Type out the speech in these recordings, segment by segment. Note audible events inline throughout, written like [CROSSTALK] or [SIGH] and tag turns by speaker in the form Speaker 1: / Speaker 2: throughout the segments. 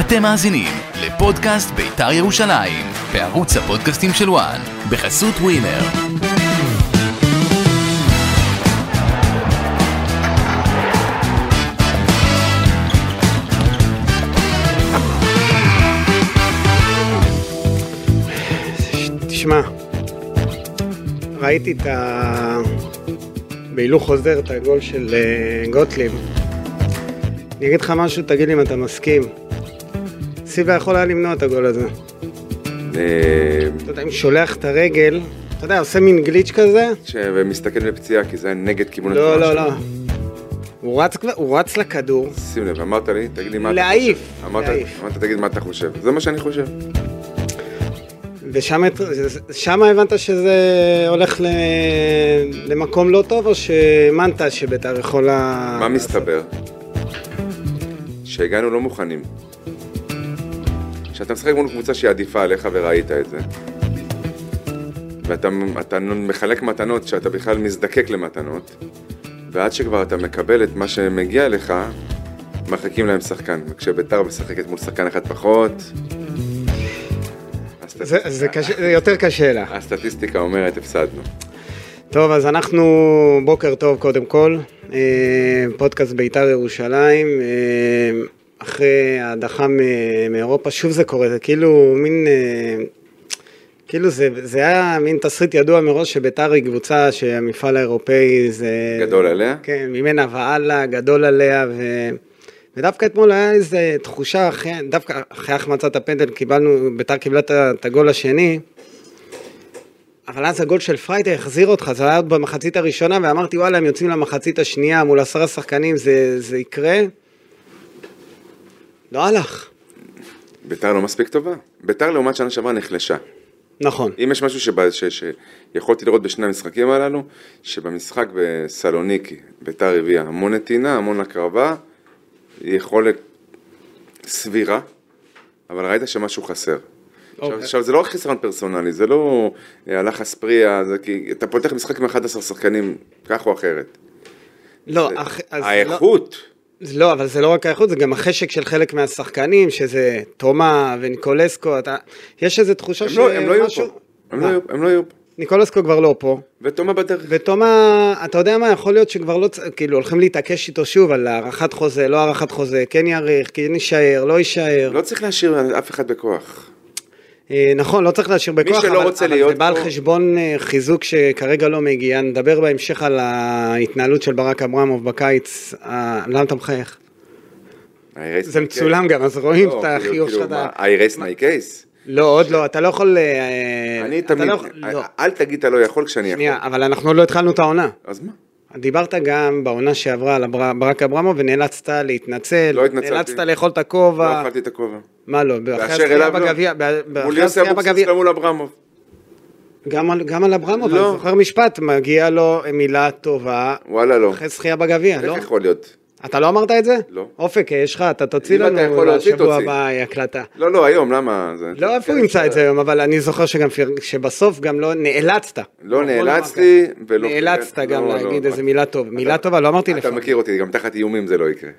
Speaker 1: אתם מאזינים לפודקאסט בית"ר ירושלים, בערוץ הפודקאסטים של וואן, בחסות ווינר.
Speaker 2: תשמע, ראיתי את ה... בהילוך חוזר את הגול של אה, גוטליב. אני אגיד לך משהו, תגיד לי אם אתה מסכים. סילבה יכול היה למנוע את הגול הזה.
Speaker 3: אה,
Speaker 2: אתה יודע, אם שולח את הרגל, אתה יודע, עושה מין גליץ' כזה?
Speaker 3: ש- ומסתכלים לפציעה כי זה היה נגד כיוון
Speaker 2: לא,
Speaker 3: התנועה
Speaker 2: לא,
Speaker 3: שלו.
Speaker 2: לא. הוא רץ כבר- הוא רץ לכדור.
Speaker 3: שים לב, אמרת לי, תגיד לי מה אתה
Speaker 2: להעיף,
Speaker 3: חושב. אמרת,
Speaker 2: להעיף.
Speaker 3: אמרת, תגיד מה אתה חושב. זה מה שאני חושב.
Speaker 2: ושם את- שם הבנת שזה הולך ל... למקום לא טוב, או שהאמנת שביתר יכולה...
Speaker 3: מה מסתבר? שהגענו לא מוכנים. כשאתה משחק מול קבוצה שהיא עדיפה עליך וראית את זה, ואתה אתה מחלק מתנות כשאתה בכלל מזדקק למתנות, ועד שכבר אתה מקבל את מה שמגיע לך, מחכים להם שחקן. וכשביתר משחקת מול שחקן אחד פחות...
Speaker 2: זה, זה, קשה, זה יותר קשה לה.
Speaker 3: הסטטיסטיקה אומרת הפסדנו.
Speaker 2: טוב, אז אנחנו, בוקר טוב קודם כל, אה, פודקאסט בית"ר ירושלים, אה, אחרי ההדחה מ- מאירופה, שוב זה קורה, זה כאילו מין, אה, כאילו זה, זה היה מין תסריט ידוע מראש שבית"ר היא קבוצה שהמפעל האירופאי זה...
Speaker 3: גדול עליה?
Speaker 2: כן, ממנה והלאה, גדול עליה, ו... ודווקא אתמול היה איזו תחושה, אחרי, דווקא אחרי החמצת הפנדל קיבלנו, ביתר קיבלה את ה- את הגול השני, אבל אז הגול של פריידי החזיר אותך, זה היה עוד במחצית הראשונה, ואמרתי וואלה, הם יוצאים למחצית השנייה מול עשרה שחקנים, זה, זה יקרה. לא הלך.
Speaker 3: ביתר לא מספיק טובה. ביתר לעומת שנה שעברה נחלשה.
Speaker 2: נכון.
Speaker 3: אם יש משהו שבא, ש, שיכולתי לראות בשני המשחקים הללו, שבמשחק בסלוניקי, ביתר הביאה המון נתינה, המון הקרבה, יכולת סבירה, אבל ראית שמשהו חסר. עכשיו,
Speaker 2: אוקיי.
Speaker 3: עכשיו זה לא רק חיסרון פרסונלי, זה לא אה, הלך אספריה, זה כי אתה פותח משחק עם 11 שחקנים, כך או אחרת.
Speaker 2: לא, אח... אז לא,
Speaker 3: האיכות,
Speaker 2: לא, אבל זה לא רק האיכות, זה גם החשק של חלק מהשחקנים, שזה תומה וניקולסקו, אתה... יש איזו תחושה
Speaker 3: הם לא- הם לא יהיו
Speaker 2: שמשהו-
Speaker 3: פה. הם
Speaker 2: אה.
Speaker 3: לא יהיו- הם לא יהיו פה.
Speaker 2: ניקולסקו כבר לא פה,
Speaker 3: ותומה בדרך.
Speaker 2: ותומה, אתה יודע מה, יכול להיות שכבר לא, צ- כאילו הולכים להתעקש איתו שוב על הארכת חוזה, לא הארכת חוזה, כן יאריך, כן יישאר, לא יישאר.
Speaker 3: לא צריך להשאיר אף אחד בכוח.
Speaker 2: אה, נכון, לא צריך להשאיר בכוח,
Speaker 3: שלא
Speaker 2: אבל,
Speaker 3: רוצה
Speaker 2: אבל
Speaker 3: להיות
Speaker 2: זה בא על
Speaker 3: פה-
Speaker 2: חשבון אה, חיזוק שכרגע לא מגיע, נדבר בהמשך על ההתנהלות של ברק אברמוב בקיץ, אה, למה אתה מחייך? זה
Speaker 3: כן.
Speaker 2: מצולם גם, אז רואים
Speaker 3: לא,
Speaker 2: את החיוך שלך, אתה-
Speaker 3: כאילו, I rest my case.
Speaker 2: לא, עוד לא, אתה לא יכול, אה,
Speaker 3: אני
Speaker 2: אתה
Speaker 3: תמיד,
Speaker 2: לא יכול- לא.
Speaker 3: אל תגיד אתה לא יכול כשאני יכול.
Speaker 2: שנייה, אבל אנחנו עוד לא התחלנו את העונה.
Speaker 3: אז מה?
Speaker 2: דיברת גם בעונה שעברה על אבר- ברק אברמוב ונאלצת להתנצל.
Speaker 3: לא התנצלתי.
Speaker 2: נאלצת לאכול את
Speaker 3: לא
Speaker 2: הכובע.
Speaker 3: אכלתי את הכובע.
Speaker 2: מה לא? אחרי
Speaker 3: באשר
Speaker 2: הזכייה
Speaker 3: אליו לא.
Speaker 2: בגביע- בא-
Speaker 3: מול
Speaker 2: אחרי
Speaker 3: יוסי
Speaker 2: הזכייה
Speaker 3: אבוקסיס
Speaker 2: בגביע-
Speaker 3: לא מול אברמוב.
Speaker 2: גם על- גם על אברמוב,
Speaker 3: לא.
Speaker 2: אני זוכר משפט, מגיע לו מילה טובה
Speaker 3: וואלה לא.
Speaker 2: אחרי זכייה בגביע,
Speaker 3: איך
Speaker 2: לא?
Speaker 3: יכול להיות?
Speaker 2: אתה לא אמרת את זה?
Speaker 3: לא.
Speaker 2: אופק, יש לך, אתה תוציא
Speaker 3: אם אתה יכול
Speaker 2: לנו
Speaker 3: להוציא,
Speaker 2: לשבוע
Speaker 3: תוציא.
Speaker 2: הבא הקלטה.
Speaker 3: לא, לא, היום, למה? זה-
Speaker 2: לא, איפה הוא ימצא את זה היום, אבל אני זוכר שגם פיר- שבסוף גם לא נאלצת.
Speaker 3: לא
Speaker 2: נכון,
Speaker 3: נאלצתי
Speaker 2: אמרת.
Speaker 3: ולא...
Speaker 2: נאלצת
Speaker 3: לא,
Speaker 2: גם
Speaker 3: לא.
Speaker 2: להגיד איזה מילה טובה. מילה
Speaker 3: אתה-
Speaker 2: טובה, לא אמרתי לך.
Speaker 3: אתה מכיר אותי, גם תחת איומים זה לא יקרה.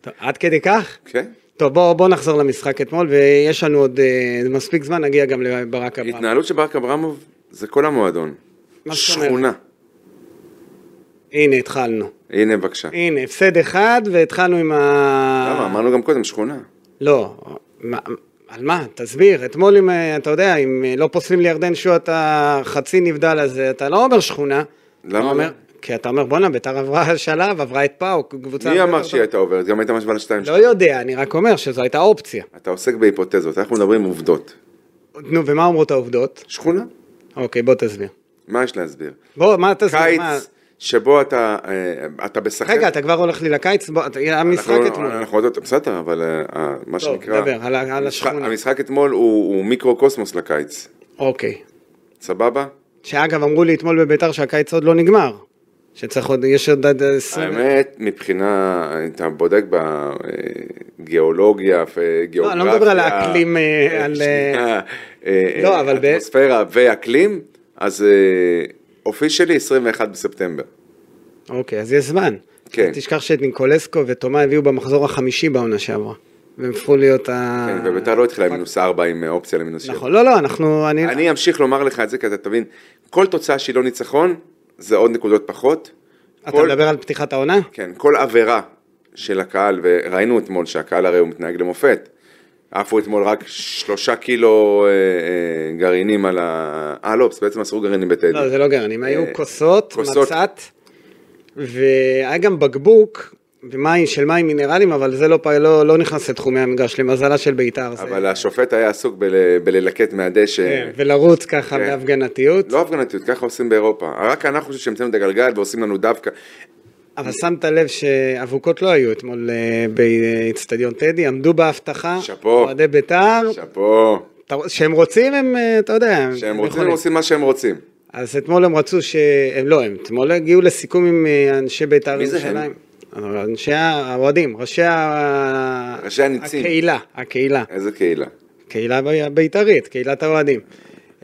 Speaker 2: טוב, עד כדי כך?
Speaker 3: כן?
Speaker 2: טוב, בואו בוא נחזור למשחק אתמול, ויש לנו עוד אה, מספיק זמן, נגיע גם לברק אברהם.
Speaker 3: התנהלות של ברק אברמוב זה כל המועדון.
Speaker 2: מה זאת אומרת?
Speaker 3: שכונה.
Speaker 2: הנה, התחלנו.
Speaker 3: הנה בבקשה.
Speaker 2: הנה, הפסד אחד, והתחלנו עם ה...
Speaker 3: למה? אמרנו גם קודם, שכונה.
Speaker 2: לא, מה, על מה? תסביר. אתמול, אם, אה, אתה יודע, אם אה, לא פוסלים לירדן שועה את החצי נבדל הזה, אתה לא אומר שכונה.
Speaker 3: למה
Speaker 2: אתה
Speaker 3: לא?
Speaker 2: אומר, כי אתה אומר, בואנה, ביתר עברה שלב, עברה את פאוק, קבוצה...
Speaker 3: מי
Speaker 2: הרבה
Speaker 3: אמר
Speaker 2: יותר
Speaker 3: שהיא הייתה עוברת? גם הייתה משוואה
Speaker 2: טובה.
Speaker 3: לשתיים
Speaker 2: לא יודע, אני רק אומר שזו הייתה אופציה.
Speaker 3: אתה עוסק בהיפותזות, אנחנו מדברים עובדות.
Speaker 2: נו, ומה אומרות העובדות?
Speaker 3: שכונה?
Speaker 2: אוקיי, בוא תסביר.
Speaker 3: מה יש להסביר?
Speaker 2: בוא, מה תסביר? מה...
Speaker 3: קיץ שבו אתה אה, אתה בשחק...
Speaker 2: רגע, אתה כבר הולך לי לקיץ? בוא, אתה- היה
Speaker 3: אנחנו- לא-
Speaker 2: משחק אתמול.
Speaker 3: אנחנו עוד... בסדר, אבל אה, אה, מה
Speaker 2: טוב,
Speaker 3: שנקרא...
Speaker 2: דבר, על ה- על
Speaker 3: המשחק-
Speaker 2: השכונה.
Speaker 3: המשחק אתמול הוא הוא מיקרו-קוסמוס לקיץ.
Speaker 2: אוקיי.
Speaker 3: סבבה?
Speaker 2: שאגב, אמרו לי אתמול בביתר שהקיץ עוד לא נגמר. שצריך עוד, יש עוד עד עשרים...
Speaker 3: האמת, מבחינה... אתה בודק אה, בגיאולוגיה,
Speaker 2: לא,
Speaker 3: אה, גיאוגרפיה...
Speaker 2: אני לא מדבר על האקלים,
Speaker 3: [LAUGHS]
Speaker 2: אה, על... אה,
Speaker 3: שנייה, אה,
Speaker 2: לא,
Speaker 3: אה,
Speaker 2: אבל ב-
Speaker 3: אטמוספירה ואקלים, אז אה, אופישלי 21 בספטמבר.
Speaker 2: אוקיי, אז יש זמן.
Speaker 3: כן.
Speaker 2: אל תשכח שאת ניקולסקו ותומה הביאו במחזור החמישי בעונה שעברה. והם הפכו להיות ה...
Speaker 3: כן, וביתר לא
Speaker 2: אוקיי.
Speaker 3: התחילה עם מינוס ארבע עם אופציה למינוס שבע.
Speaker 2: נכון, לא, לא, אנחנו... אני...
Speaker 3: אני אמשיך לומר לך את זה, כי אתה תבין, כל תוצאה שהיא לא ניצחון, זה עוד נקודות פחות.
Speaker 2: אתה
Speaker 3: כל-
Speaker 2: מדבר על פתיחת העונה?
Speaker 3: כן, כל עבירה של הקהל, וראינו אתמול שהקהל הרי הוא מתנהג למופת. עפו אתמול רק שלושה קילו אה, אה, גרעינים על ה... אה, לא, בעצם אסרו גרעינים בטדי.
Speaker 2: לא, זה לא גרעינים, היו
Speaker 3: אה,
Speaker 2: כוסות,
Speaker 3: כוסות.
Speaker 2: מצת, והיה גם בקבוק ומים, של מים מינרלים, אבל זה לא, פ- לא, לא נכנס לתחומי המגרש, למזלה של בית"ר. זה-
Speaker 3: אבל השופט היה עסוק בל... בללקט מהדשא.
Speaker 2: כן, ולרוץ ככה
Speaker 3: כן.
Speaker 2: בהפגנתיות.
Speaker 3: לא הפגנתיות, ככה עושים באירופה. רק אנחנו שהמצאנו את הגלגל ועושים לנו דווקא.
Speaker 2: אבל שמת לב שאבוקות לא היו אתמול אה, באיצטדיון טדי, עמדו בהבטחה,
Speaker 3: שאפו.
Speaker 2: אוהדי בית"ר,
Speaker 3: שאפו.
Speaker 2: אתה- שהם רוצים הם, אה, אתה יודע, הם
Speaker 3: כשהם רוצים,
Speaker 2: יכולים.
Speaker 3: הם עושים מה שהם רוצים.
Speaker 2: אז אתמול הם רצו ש... הם לא, הם אתמול הגיעו לסיכום עם אה, אנשי בית"ר
Speaker 3: מי זה
Speaker 2: ירושלים. אנשי האוהדים, ראשי ה...
Speaker 3: ראשי הניצים.
Speaker 2: הקהילה, הקהילה.
Speaker 3: איזה קהילה.
Speaker 2: קהילה ב- בית"רית, קהילת האוהדים.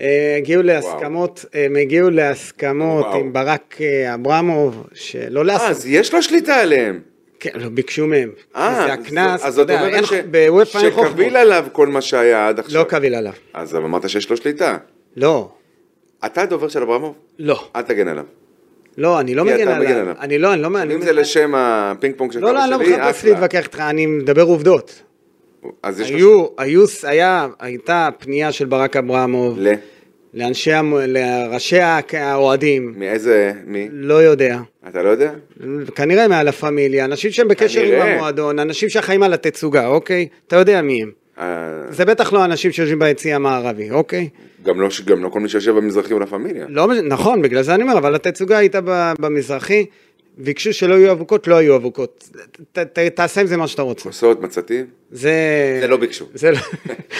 Speaker 2: אה, הגיעו להסכמות, הם הגיעו להסכמות
Speaker 3: וואו.
Speaker 2: עם ברק אה, אברמוב, שלא
Speaker 3: אה,
Speaker 2: להסכמות.
Speaker 3: אז יש לו שליטה עליהם.
Speaker 2: כן, לא, ביקשו מהם.
Speaker 3: אה,
Speaker 2: זה הקנס,
Speaker 3: אז
Speaker 2: אתה
Speaker 3: זאת
Speaker 2: יודע,
Speaker 3: אומרת
Speaker 2: אין-
Speaker 3: ש-
Speaker 2: בוופא אין חוכמות.
Speaker 3: שקביל עליו כל מה שהיה עד עכשיו.
Speaker 2: לא קביל עליו.
Speaker 3: אז אבל אמרת שיש לו שליטה.
Speaker 2: לא.
Speaker 3: אתה הדובר של אברמוב?
Speaker 2: לא.
Speaker 3: אל תגן עליו.
Speaker 2: לא, אני לא
Speaker 3: כי
Speaker 2: מגן
Speaker 3: אתה מגן
Speaker 2: עליו.
Speaker 3: עליו.
Speaker 2: אני לא, אני לא... אני-
Speaker 3: אם זה לשם הפינג פונג שלך
Speaker 2: לא, לא, אני לא
Speaker 3: ושלי,
Speaker 2: מחפש
Speaker 3: אחלה.
Speaker 2: להתווכח איתך, אני מדבר עובדות.
Speaker 3: אז יש לו...
Speaker 2: היו, היו, היה, הייתה פנייה של ברק אברמוב
Speaker 3: ל...
Speaker 2: לאנשי, המ- לראשי הק- האוהדים,
Speaker 3: מאיזה... מי?
Speaker 2: לא יודע.
Speaker 3: אתה לא יודע?
Speaker 2: כנראה מהלה פמיליה, אנשים שהם בקשר עם
Speaker 3: כנראה.
Speaker 2: המועדון, אנשים שחיים על התצוגה, אוקיי? אתה יודע מי הם.
Speaker 3: אה,
Speaker 2: זה בטח לא אנשים שיושבים ביציע המערבי, אוקיי?
Speaker 3: גם לא- גם לא כל מי שיושב במזרחי הוא לה פמיליה.
Speaker 2: לא, מש- נכון, בגלל זה אני אומר, אבל התצוגה הייתה ב- במזרחי, ביקשו שלא יהיו אבוקות, לא היו אבוקות. ת- ת- תעשה עם זה מה שאתה רוצה.
Speaker 3: כוסות, מצתים?
Speaker 2: זה...
Speaker 3: זה לא ביקשו.
Speaker 2: זה לא... [LAUGHS]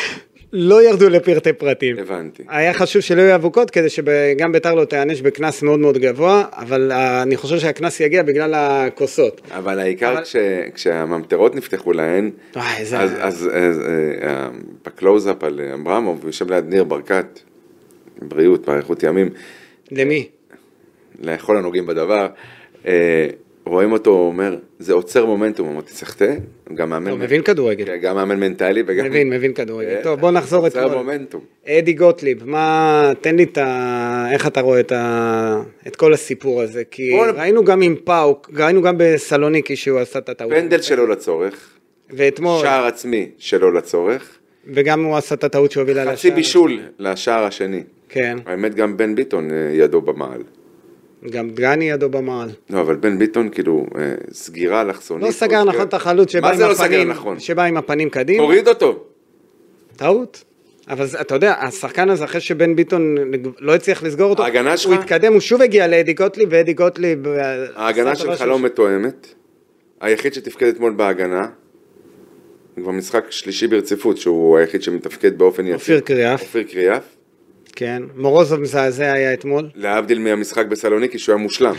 Speaker 2: לא ירדו לפרטי פרטים.
Speaker 3: הבנתי.
Speaker 2: היה חשוב שלא יהיו אבוקות כדי שגם ביתר לא תיענש בקנס מאוד מאוד גבוה, אבל אה, אני חושב שהקנס יגיע בגלל הכוסות.
Speaker 3: אבל העיקר
Speaker 2: אבל-
Speaker 3: כש- כשהממטרות נפתחו להן,
Speaker 2: וואי, זה...
Speaker 3: אז, אז, אז אה, אה, בקלוזאפ על אה, אברמוב, הוא יושב ליד ניר ברקת, בריאות, באריכות ימים,
Speaker 2: למי?
Speaker 3: לכל הנוגעים בדבר, אה, רואים אותו אומר, זה עוצר מומנטום, אמרתי, סחטה, הוא גם מאמן,
Speaker 2: הוא מבין כדורגל.
Speaker 3: גם מאמן מנטלי, וגם,
Speaker 2: מבין, מבין כדורגל.
Speaker 3: כן. אה,
Speaker 2: טוב, בוא נחזור
Speaker 3: עוצר
Speaker 2: אתמול.
Speaker 3: מומנטום.
Speaker 2: אדי גוטליב, מה... תן לי את ה... איך אתה רואה את ה... את כל הסיפור הזה? כי
Speaker 3: כל-
Speaker 2: ראינו גם עם פאוק, ראינו גם בסלוניקי שהוא עשה את הטעות.
Speaker 3: פנדל שלא לצורך,
Speaker 2: ואתמול,
Speaker 3: שער עצמי שלא לצורך,
Speaker 2: וגם הוא עשה את הטעות שהובילה לשער.
Speaker 3: חצי בישול לשער השני.
Speaker 2: כן.
Speaker 3: האמת, גם בן ביטון אה, ידו במעל.
Speaker 2: גם דגני ידו במעל.
Speaker 3: לא, אבל בן ביטון, כאילו, אה, סגירה אלכסונית.
Speaker 2: לא
Speaker 3: או
Speaker 2: סגר
Speaker 3: סגירה-
Speaker 2: נכון את החלוץ שבא
Speaker 3: מה
Speaker 2: עם
Speaker 3: זה לא סגר
Speaker 2: הפנים,
Speaker 3: נכון?
Speaker 2: שבא עם הפנים קדימה,
Speaker 3: תוריד אותו.
Speaker 2: טעות. אבל זה- אתה יודע, השחקן הזה אחרי שבן ביטון לא הצליח לסגור אותו,
Speaker 3: ההגנה
Speaker 2: הוא
Speaker 3: שלך-
Speaker 2: התקדם, הוא שוב הגיע לאדי גוטליב, ואדי גוטליב... אה,
Speaker 3: ההגנה
Speaker 2: עשה את הדבר
Speaker 3: שלך לא
Speaker 2: ש-
Speaker 3: מתואמת. היחיד שתפקד אתמול בהגנה, הוא כבר משחק שלישי ברציפות, שהוא היחיד שמתפקד באופן יציב.
Speaker 2: אופיר קריאף.
Speaker 3: אופיר קריאף.
Speaker 2: כן, מורוזוב מזעזע היה אתמול.
Speaker 3: להבדיל מהמשחק בסלוניקי, שהוא היה
Speaker 2: [LAUGHS]
Speaker 3: מושלם.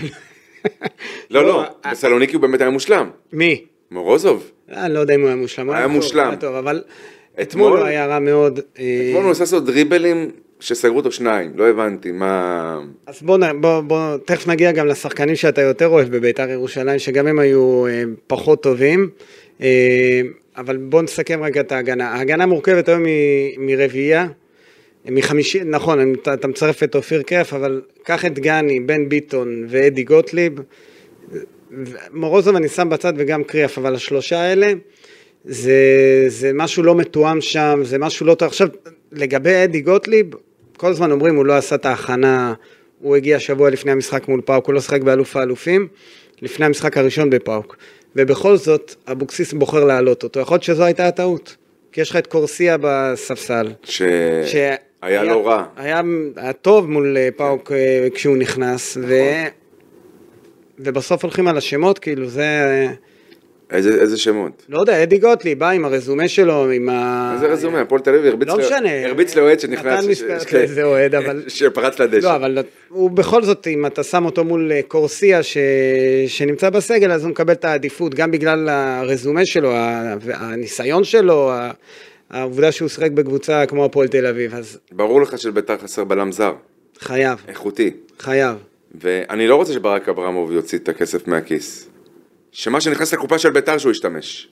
Speaker 3: לא, לא, בסלוניקי הוא באמת היה מושלם.
Speaker 2: מי?
Speaker 3: מורוזוב,
Speaker 2: אה, אני לא יודע אם הוא היה מושלם. הוא
Speaker 3: היה
Speaker 2: טוב,
Speaker 3: מושלם.
Speaker 2: היה טוב, אבל
Speaker 3: אתמול-
Speaker 2: אתמול הוא היה רע מאוד. אה,
Speaker 3: אתמול הוא עשה לעשות דריבלים שסגרו אותו שניים, לא הבנתי מה...
Speaker 2: אז בוא, נ- בוא, בוא, תכף נגיע גם לשחקנים שאתה יותר אוהב בביתר ירושלים, שגם הם היו אה, פחות טובים. אה, אבל בוא נסכם רגע את ההגנה. ההגנה מורכבת היום מ- מרביעייה, מחמישי, נכון, אני- אתה, אתה מצרף את אופיר קרף, אבל קח את גני, בן ביטון ואדי גוטליב. ו- מורוזוב אני שם בצד וגם קריאף, אבל השלושה האלה, זה, זה משהו לא מתואם שם, זה משהו לא טוב. עכשיו, לגבי אדי גוטליב, כל הזמן אומרים, הוא לא עשה את ההכנה, הוא הגיע שבוע לפני המשחק מול פאוק, הוא לא שחק באלוף האלופים, לפני המשחק הראשון בפאוק. ובכל זאת, אבוקסיס בוחר להעלות אותו. יכול להיות שזו הייתה הטעות, כי יש לך את קורסיה בספסל.
Speaker 3: ש...
Speaker 2: שהיה
Speaker 3: היה לא רע. כן.
Speaker 2: היה, היה טוב מול אה, פאוק אה, כשהוא נכנס, ו...
Speaker 3: נכון.
Speaker 2: ובסוף הולכים על השמות, כאילו זה, אה,
Speaker 3: איזה איזה שמות?
Speaker 2: לא יודע, אדי גוטלי בא עם הרזומה שלו, עם ה...
Speaker 3: איזה רזומה, הפועל תל אביב הרביץ
Speaker 2: לא
Speaker 3: ל-
Speaker 2: משנה.
Speaker 3: הרביץ לאוהד שנכנס...
Speaker 2: נתן
Speaker 3: ש-
Speaker 2: מספר-
Speaker 3: ש-
Speaker 2: לאיזה אוהד, אבל-
Speaker 3: [LAUGHS] שפרץ לדשא.
Speaker 2: לא, אבל הוא בכל זאת, אם אתה שם אותו מול אה, קורסיה ש... שנמצא בסגל, אז הוא מקבל את העדיפות, גם בגלל הרזומה שלו, ה- הניסיון שלו, ה- העובדה שהוא שיחק בקבוצה כמו הפועל תל אביב, אז
Speaker 3: ברור לך שלביתר חסר בלם זר,
Speaker 2: חייב,
Speaker 3: איכותי.
Speaker 2: חייב.
Speaker 3: ואני לא רוצה שברק אברמוב יוציא את הכסף מהכיס. שמה שנכנס לקופה של ביתר שהוא ישתמש.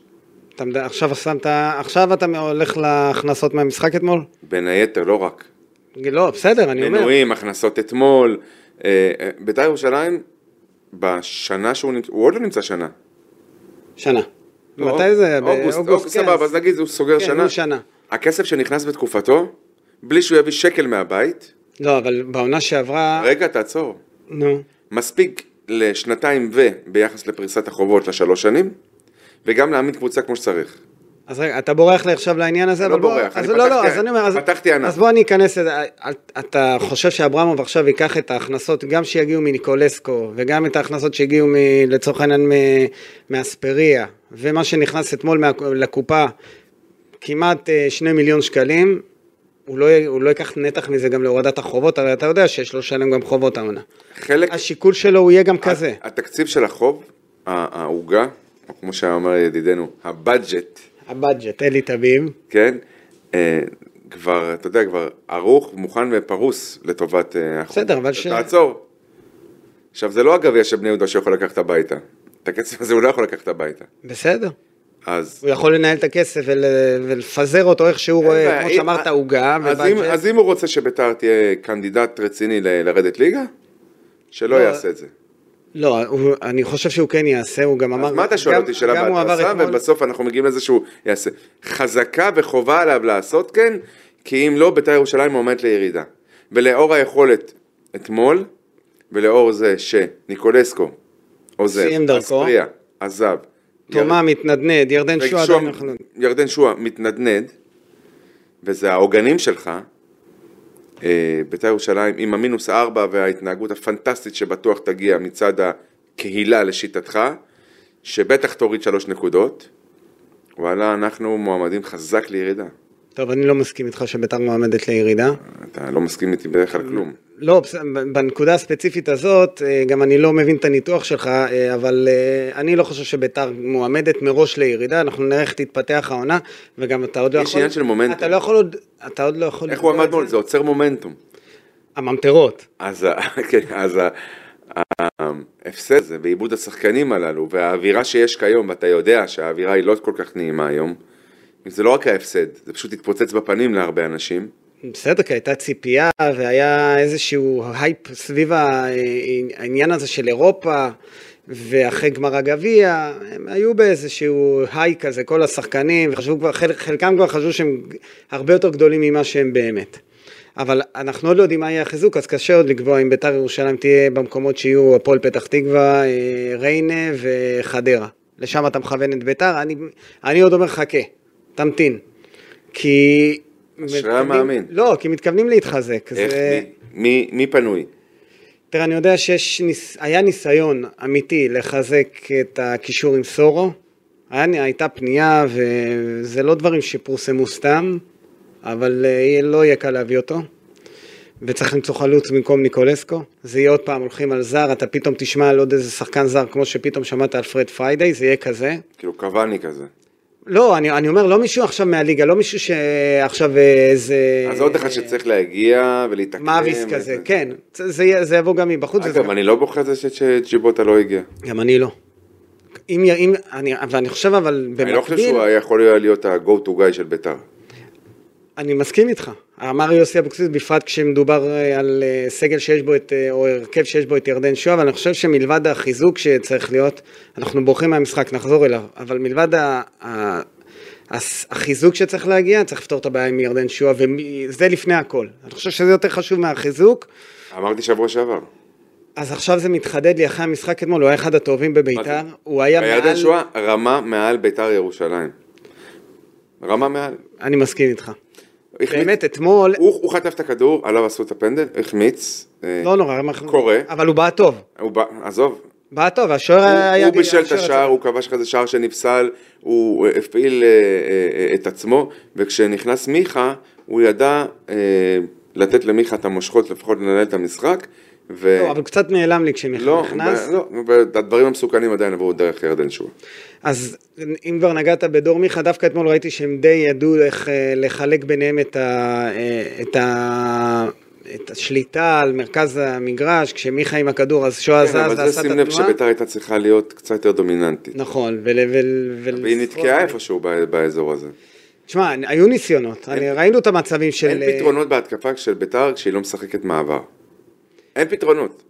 Speaker 2: אתה, מד- עכשיו, שמת, עכשיו אתה הולך להכנסות מהמשחק אתמול?
Speaker 3: בין היתר, לא רק.
Speaker 2: לא, בסדר, אני אומר.
Speaker 3: מנויים, הכנסות אתמול. אה, אה, בית"ר ירושלים, בשנה שהוא נמצא, הוא עוד לא נמצא שנה.
Speaker 2: שנה.
Speaker 3: לא,
Speaker 2: מתי זה היה?
Speaker 3: אוגוסט, אוגוסט,
Speaker 2: כן,
Speaker 3: סבבה, אז נגיד הוא סוגר
Speaker 2: כן,
Speaker 3: שנה.
Speaker 2: הוא שנה.
Speaker 3: הכסף שנכנס בתקופתו, בלי שהוא יביא שקל מהבית,
Speaker 2: לא, אבל בעונה שעברה...
Speaker 3: רגע, תעצור.
Speaker 2: נו.
Speaker 3: מספיק לשנתיים ו ביחס לפריסת החובות לשלוש שנים, וגם להעמיד קבוצה כמו שצריך.
Speaker 2: אז רגע, אתה בורח לי עכשיו לעניין הזה,
Speaker 3: לא
Speaker 2: אבל בוא,
Speaker 3: בורח,
Speaker 2: אז
Speaker 3: אני
Speaker 2: לא, לא,
Speaker 3: פתחתי-
Speaker 2: אז אני אומר, אז,
Speaker 3: פתחתי ענף.
Speaker 2: אז בוא אני אכנס לזה, אה, אתה חושב שאברמוב עכשיו ייקח את ההכנסות, גם שיגיעו מניקולסקו, וגם את ההכנסות שהגיעו מ, לצורך העניין מ, מאספריה, ומה שנכנס אתמול מה, לקופה, כמעט אה, שני מיליון שקלים, הוא לא, י- הוא לא ייקח נתח מזה גם להורדת החובות, הרי אתה יודע שיש לו לשלם גם חובות העונה.
Speaker 3: חלק...
Speaker 2: השיקול שלו הוא יהיה
Speaker 3: אה,
Speaker 2: גם כזה.
Speaker 3: התקציב של החוב, ה- העוגה, או כמו שאמר ידידנו, הבאג'ט,
Speaker 2: הבאג'ט, אלי תביב,
Speaker 3: כן? אה, כבר, אתה יודע, כבר ערוך, מוכן ופרוס לטובת אה, החוב.
Speaker 2: בסדר, אבל ש-
Speaker 3: תעצור. עכשיו, זה לא הגביע של בני יהודה שיכול לקחת הביתה. את הכסף הזה הוא לא יכול לקחת הביתה.
Speaker 2: בסדר.
Speaker 3: אז...
Speaker 2: הוא יכול לנהל את הכסף ול, ולפזר אותו איך שהוא
Speaker 3: אין
Speaker 2: רואה,
Speaker 3: בעיה,
Speaker 2: כמו
Speaker 3: אם-
Speaker 2: שאמרת, עוגה.
Speaker 3: אה, אז
Speaker 2: ובאג'ט.
Speaker 3: אם- אז אם הוא רוצה שביתר תהיה קנדידט רציני ל- לרדת ליגה, שלא
Speaker 2: לא.
Speaker 3: יעשה את זה.
Speaker 2: לא, הוא, אני חושב שהוא כן יעשה, הוא גם אמר...
Speaker 3: אז מה אתה שואל
Speaker 2: גם-
Speaker 3: אותי שאלה
Speaker 2: גם הוא עבר
Speaker 3: בהתרסה,
Speaker 2: אתמול-
Speaker 3: ובסוף אנחנו מגיעים לזה שהוא יעשה. חזקה וחובה עליו לעשות כן, כי אם לא, בית"ר ירושלים עומדת לירידה. ולאור היכולת אתמול, ולאור זה שניקולסקו עוזב,
Speaker 2: סיים דרכו.
Speaker 3: אספריה, עזב,
Speaker 2: תומה מתנדנד, ירדן
Speaker 3: רגע,
Speaker 2: שועה
Speaker 3: שועה-
Speaker 2: עדיין אנחנו... לא-
Speaker 3: ירדן שועה מתנדנד, וזה העוגנים שלך, אה, בית"ר ירושלים עם המינוס ארבע וההתנהגות הפנטסטית שבטוח תגיע מצד הקהילה לשיטתך, שבטח תוריד שלוש נקודות, וואלה, אנחנו מועמדים חזק לירידה.
Speaker 2: טוב, אני לא מסכים איתך שביתר מועמדת לירידה.
Speaker 3: אתה לא מסכים איתי בדרך כלל כלום.
Speaker 2: לא, בס- בנקודה הספציפית הזאת, אה, גם אני לא מבין את הניתוח שלך, אה, אבל אה, אני לא חושב שביתר מועמדת מראש לירידה, אנחנו נראה איך תתפתח העונה, וגם אתה עוד לא
Speaker 3: יש
Speaker 2: יכול...
Speaker 3: עניין של מומנטום.
Speaker 2: אתה לא יכול עוד... אתה עוד לא יכול...
Speaker 3: איך הוא
Speaker 2: לקבוע
Speaker 3: עמד
Speaker 2: את
Speaker 3: מול זה? עוצר מומנטום.
Speaker 2: הממטרות.
Speaker 3: אז ה- [LAUGHS] כן, אז ה- אמ, ההפסד הזה ועיבוד השחקנים הללו והאווירה שיש כיום, ואתה יודע שהאווירה היא לא כל כך נעימה היום, זה לא רק ההפסד, זה פשוט התפוצץ בפנים להרבה אנשים.
Speaker 2: בסדר, כי הייתה ציפייה והיה איזשהו הייפ סביב העניין הזה של אירופה, ואחרי גמר הגביע, הם היו באיזשהו היי כזה, כל השחקנים, וחשבו כבר, חלק- חלקם כבר חשבו שהם הרבה יותר גדולים ממה שהם באמת. אבל אנחנו עוד לא יודעים מה יהיה החיזוק, אז קשה עוד לקבוע אם ביתר ירושלים תהיה במקומות שיהיו הפועל פתח תקווה, אה, ריינה וחדרה. לשם אתה מכוון את ביתר, אני, אני עוד אומר חכה, תמתין. כי...
Speaker 3: אשרי
Speaker 2: מתכוונים-
Speaker 3: המאמין.
Speaker 2: לא, כי מתכוונים להתחזק.
Speaker 3: איך,
Speaker 2: זה...
Speaker 3: מי- מי- מי פנוי?
Speaker 2: תראה, אני יודע שיש, ניס- היה ניסיון אמיתי לחזק את הקישור עם סורו. היה, הייתה פנייה, וזה לא דברים שפורסמו סתם, אבל אה, יהיה- לא יהיה קל להביא אותו. וצריך למצוא חלוץ במקום ניקולסקו. זה יהיה עוד פעם, הולכים על זר, אתה פתאום תשמע על עוד איזה שחקן זר, כמו שפתאום שמעת על פרד פריידי, זה יהיה כזה.
Speaker 3: כאילו קוואני כזה.
Speaker 2: לא, אני, אני אומר, לא מישהו עכשיו מהליגה, לא מישהו שעכשיו אה, איזה...
Speaker 3: אז עוד אחד שצריך להגיע ולהתעקם.
Speaker 2: מאביס כזה,
Speaker 3: וזה.
Speaker 2: כן. זה, זה, יהיה- זה יבוא גם מבחוץ. וזה
Speaker 3: אגב, אני לא בוחר את זה ש- שג'יבוטה לא הגיע.
Speaker 2: גם אני לא. אם, אם, אני, ואני חושב אבל במקביל,
Speaker 3: אני לא חושב שהוא היה יכול היה להיות ה-go to guy של ביתר.
Speaker 2: אני מסכים איתך. אמר יוסי אבוקסיס, בפרט כשמדובר אה, על אה, סגל שיש בו את, אה, או הרכב שיש בו את ירדן שועה, אבל אני חושב שמלבד החיזוק שצריך להיות, אנחנו בורחים מהמשחק, נחזור אליו, אבל מלבד ה... ה הס- החיזוק שצריך להגיע, צריך לפתור את הבעיה עם ירדן שועה, וזה לפני הכל. אני חושב שזה יותר חשוב מהחיזוק,
Speaker 3: אמרתי שבוע שעבר.
Speaker 2: אז עכשיו זה מתחדד לי אחרי המשחק אתמול, הוא היה אחד הטובים בביתר, הוא היה מעל...
Speaker 3: הירדן שואה רמה מעל ביתר ירושלים. רמה מעל.
Speaker 2: אני מסכים איתך.
Speaker 3: החמיץ-
Speaker 2: באמת, אתמול,
Speaker 3: הוא, הוא חטף את הכדור, עליו עשו את הפנדל, החמיץ. אה,
Speaker 2: לא נורא, אנחנו-
Speaker 3: קורה.
Speaker 2: אבל הוא בעט טוב,
Speaker 3: הוא בא, עזוב.
Speaker 2: בעט טוב, השוער היה...
Speaker 3: הוא, הוא בישל את
Speaker 2: השוער
Speaker 3: השער,
Speaker 2: הצ-
Speaker 3: הוא כבש כזה שער שנפסל, הוא אה, הפעיל אה, אה, אה, את עצמו, וכשנכנס מיכה, הוא ידע אה, לתת למיכה את המושכות, לפחות לנהל את המשחק. ו...
Speaker 2: לא, אבל קצת נעלם לי כשמיכל
Speaker 3: לא,
Speaker 2: נכנס.
Speaker 3: ב- לא, והדברים המסוכנים עדיין עברו דרך ירדן שואה.
Speaker 2: אז אם כבר נגעת בדור מיכה, דווקא אתמול ראיתי שהם די ידעו איך אה, לחלק ביניהם את ה... אה, את ה... את השליטה על מרכז המגרש, כשמיכה עם הכדור אז שועה זז
Speaker 3: כן,
Speaker 2: ועשה את
Speaker 3: אבל זה שים
Speaker 2: התנועה.
Speaker 3: לב שביתר הייתה צריכה להיות קצת יותר דומיננטית.
Speaker 2: נכון, ול... ול, ול
Speaker 3: והיא נתקעה איפשהו בא- באזור הזה.
Speaker 2: תשמע, היו ניסיונות, אני, ראינו את המצבים של... אה,
Speaker 3: אין פתרונות בהתקפה של ביתר כשהיא לא משחקת מעבר. אין פתרונות.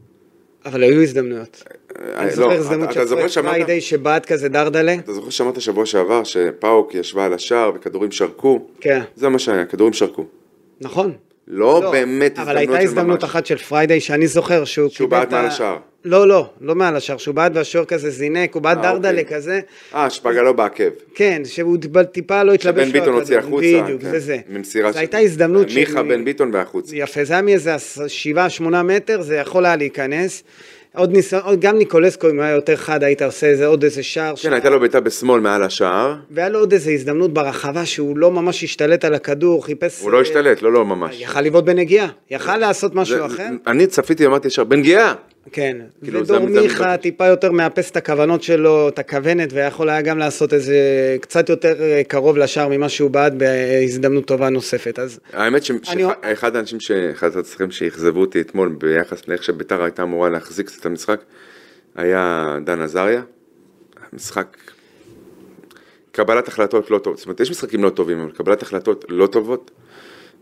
Speaker 2: אבל היו הזדמנויות.
Speaker 3: אה,
Speaker 2: אני
Speaker 3: לא,
Speaker 2: זוכר
Speaker 3: אתה-
Speaker 2: הזדמנות
Speaker 3: אתה זוכר
Speaker 2: של
Speaker 3: שאמרת-
Speaker 2: פריידי שבעט כזה דרדלה?
Speaker 3: אתה זוכר שאמרת שבוע שעבר שפאוק ישבה על השער וכדורים שרקו?
Speaker 2: כן,
Speaker 3: זה מה שהיה, כדורים שרקו.
Speaker 2: נכון.
Speaker 3: לא
Speaker 2: לא,
Speaker 3: באמת
Speaker 2: אבל הייתה
Speaker 3: הזדמנות של ממש.
Speaker 2: הזדמנות אחת של פריידי שאני זוכר שהוא
Speaker 3: שהוא
Speaker 2: קיבל
Speaker 3: בעט
Speaker 2: את ה-
Speaker 3: מעל השער.
Speaker 2: לא, לא, לא מעל השער, שהוא בעט והשוער כזה זינק, הוא בעט
Speaker 3: אה,
Speaker 2: דרדלה
Speaker 3: אוקיי.
Speaker 2: כזה,
Speaker 3: אה, שפגה לא בעקב.
Speaker 2: כן, שהוא טיפה- טיפה לא התלבש.
Speaker 3: שבן
Speaker 2: לו
Speaker 3: ביטון הוציא
Speaker 2: הכדור,
Speaker 3: החוצה.
Speaker 2: בדיוק,
Speaker 3: כן,
Speaker 2: זה זה.
Speaker 3: ממסירה
Speaker 2: זו
Speaker 3: של- אה,
Speaker 2: הייתה הזדמנות
Speaker 3: מיכה בן ביטון והחוצה.
Speaker 2: יפה, זה היה מאיזה עש- שבעה, שמונה מטר, זה יכול היה להיכנס. עוד ניסיון, עוד- גם ניקולסקו, אם היה יותר חד, היית עושה איזה עוד איזה שער.
Speaker 3: כן,
Speaker 2: שער.
Speaker 3: הייתה לו בעיטה בשמאל מעל השער.
Speaker 2: והיה לו עוד איזה הזדמנות ברחבה שהוא לא ממש השתלט על הכדור, חיפש...
Speaker 3: הוא לא
Speaker 2: אה,
Speaker 3: השתלט, לא, לא ממש.
Speaker 2: יכל לבעוט בנגיעה, יכל לעשות משהו
Speaker 3: זה-
Speaker 2: אחר.
Speaker 3: אני צפיתי, אמרתי ישר, בן גיאה!
Speaker 2: כן,
Speaker 3: כאילו,
Speaker 2: ודור
Speaker 3: זה- זה-
Speaker 2: מיכה טיפה יותר מאפס את הכוונות שלו, את הכוונת, ויכול היה גם לעשות איזה קצת יותר אה, קרוב לשער ממה שהוא בעט בהזדמנות טובה נוספת. אז
Speaker 3: האמת ש-
Speaker 2: אני-
Speaker 3: שאחד האנשים, ש- אחד הצרכים שאכזבו אותי אתמול ביחס לאיך שביתר הייתה אמורה להחזיק קצת את המשחק, היה דן עזריה. המשחק, קבלת החלטות לא טובות. זאת אומרת, יש משחקים לא טובים, אבל קבלת החלטות לא טובות.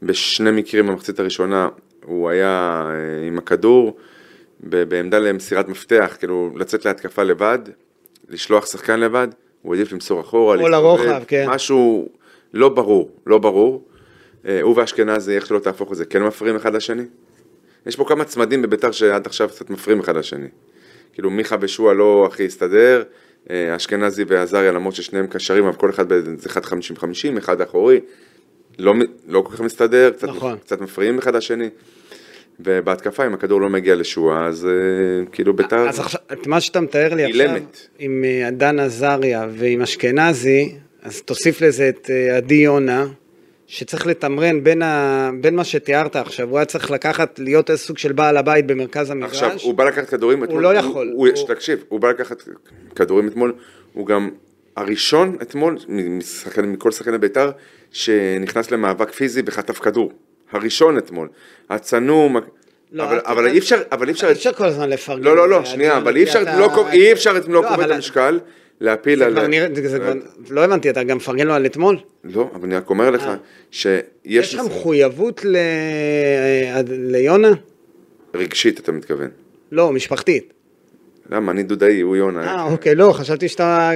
Speaker 3: בשני מקרים במחצית הראשונה הוא היה אה, עם הכדור ב- בעמדה למסירת מפתח, כאילו לצאת להתקפה לבד, לשלוח שחקן לבד, הוא העדיף למסור
Speaker 2: או
Speaker 3: אחורה, להסתובב,
Speaker 2: לרוחב, כן.
Speaker 3: משהו לא ברור, לא ברור. אה, הוא ואשכנזי, איך שלא תהפוך את זה, כן מפריעים אחד לשני? יש פה כמה צמדים בביתר שעד עכשיו קצת מפריעים אחד לשני. כאילו מיכה ושועה לא הכי הסתדר, אה, אשכנזי ועזריה למרות ששניהם קשרים, אבל כל אחד באיזה 1.50-50, אחד אחורי, לא, מ- לא כל כך מסתדר, קצת,
Speaker 2: נכון.
Speaker 3: קצת מפריעים אחד לשני. ובהתקפה, אם הכדור לא מגיע לשועה, אז אה, כאילו ביתר...
Speaker 2: אז עכשיו, את מה שאתה מתאר לי עכשיו,
Speaker 3: אילמת.
Speaker 2: עם אה, דן עזריה ועם אשכנזי, אז תוסיף לזה את אה, עדי יונה, שצריך לתמרן בין, ה... בין מה שתיארת עכשיו, הוא היה צריך לקחת, להיות איזה סוג של בעל הבית במרכז המגרש.
Speaker 3: עכשיו, הוא בא לקחת כדורים אתמול.
Speaker 2: לא יכול,
Speaker 3: הוא,
Speaker 2: הוא-
Speaker 3: הוא... תקשיב, הוא בא לקחת כדורים אתמול, הוא גם הראשון אתמול, מ- משחקן- מכל שחקני בית"ר, שנכנס למאבק פיזי וחטף כדור. הראשון אתמול. הצנום,
Speaker 2: לא,
Speaker 3: אבל,
Speaker 2: אל
Speaker 3: אבל
Speaker 2: תיקח-
Speaker 3: אי אפשר, אבל אי אפשר...
Speaker 2: אי אפשר כל הזמן לפרגן.
Speaker 3: לא, לא, לא,
Speaker 2: אה,
Speaker 3: שנייה,
Speaker 2: אה,
Speaker 3: אבל
Speaker 2: כי
Speaker 3: אי אפשר
Speaker 2: אתה-
Speaker 3: את מלוא כובד- אי אפשר את מלוא
Speaker 2: לא,
Speaker 3: כובד
Speaker 2: אבל-
Speaker 3: המשקל, אה. להפיל
Speaker 2: זה
Speaker 3: על...
Speaker 2: כבר נראה, זה- זה כבר, לא הבנתי, אתה גם מפרגן לו על אתמול?
Speaker 3: לא, אבל אני רק אומר לך,
Speaker 2: אה.
Speaker 3: שיש...
Speaker 2: יש לך מחויבות ל... אה, ליונה?
Speaker 3: רגשית, אתה מתכוון.
Speaker 2: לא, משפחתית.
Speaker 3: למה? אני דודאי, הוא יונה.
Speaker 2: אה, אוקיי, לא, חשבתי שאתה,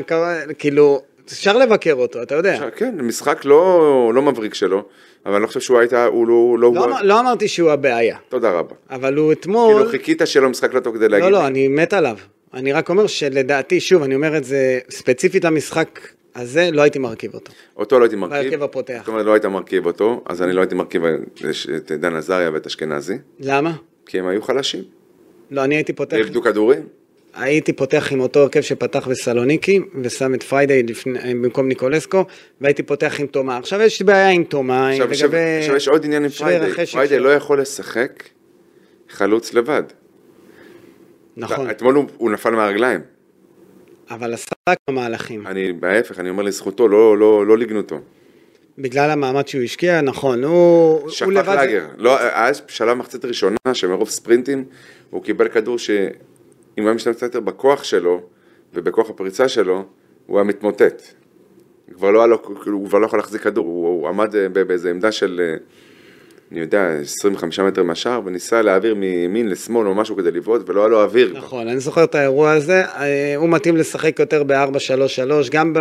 Speaker 2: כאילו, אפשר לבקר אותו, אתה יודע.
Speaker 3: עכשיו, כן, משחק לא, לא מבריק שלו, אבל אני לא חושב שהוא הייתה, הוא לא... לא,
Speaker 2: לא
Speaker 3: הוא...
Speaker 2: אמר- לא אמרתי שהוא הבעיה,
Speaker 3: תודה רבה.
Speaker 2: אבל הוא אתמול...
Speaker 3: כאילו חיכית שיהיה לו משחק לא טוב כדי להגיד.
Speaker 2: לא, לא, אני מת עליו. אני רק אומר שלדעתי, שוב, אני אומר את זה ספציפית למשחק הזה, לא הייתי מרכיב אותו.
Speaker 3: אותו לא הייתי מרכיב.
Speaker 2: בהרכב הפותח.
Speaker 3: זאת אומרת, לא היית מרכיב אותו, אז אני לא הייתי מרכיב את דן עזריה ואת אשכנזי,
Speaker 2: למה?
Speaker 3: כי הם היו חלשים.
Speaker 2: לא, אני הייתי פותח...
Speaker 3: איבדו כדורים.
Speaker 2: הייתי פותח עם אותו הרכב שפתח בסלוניקי, ושם את פריידי לפני, במקום ניקולסקו, והייתי פותח עם תומה. עכשיו יש בעיה עם תומה,
Speaker 3: עכשיו,
Speaker 2: לגבי...
Speaker 3: עכשיו, עכשיו יש עוד עניין עם
Speaker 2: שווה
Speaker 3: פריידי.
Speaker 2: רכש
Speaker 3: פריידי
Speaker 2: שלו.
Speaker 3: לא יכול לשחק חלוץ לבד.
Speaker 2: נכון,
Speaker 3: אתמול הוא, הוא נפל מהרגליים.
Speaker 2: אבל עשה כמה מהלכים.
Speaker 3: אני, בהפך, אני אומר לזכותו, לא, לא, לא לגנותו.
Speaker 2: בגלל המאמץ שהוא השקיע, נכון, הוא...
Speaker 3: שפט
Speaker 2: הוא לבד-
Speaker 3: לאגר, לא, אז שלב מחצית ראשונה שמרוב ספרינטים הוא קיבל כדור שאם היה משתמש קצת יותר בכוח שלו ובכוח הפריצה שלו הוא היה מתמוטט. כבר לא היה לו, כאילו, הוא כבר לא יכול להחזיק כדור, הוא, הוא עמד אה, בא- באיזו עמדה של אה, אני יודע, 25 מטר מהשער וניסה להעביר מימין לשמאל או משהו כדי לבעוט ולא היה לו אוויר.
Speaker 2: נכון, אני זוכר את האירוע הזה, אה, הוא מתאים לשחק יותר ב-4-3-3, גם, ב...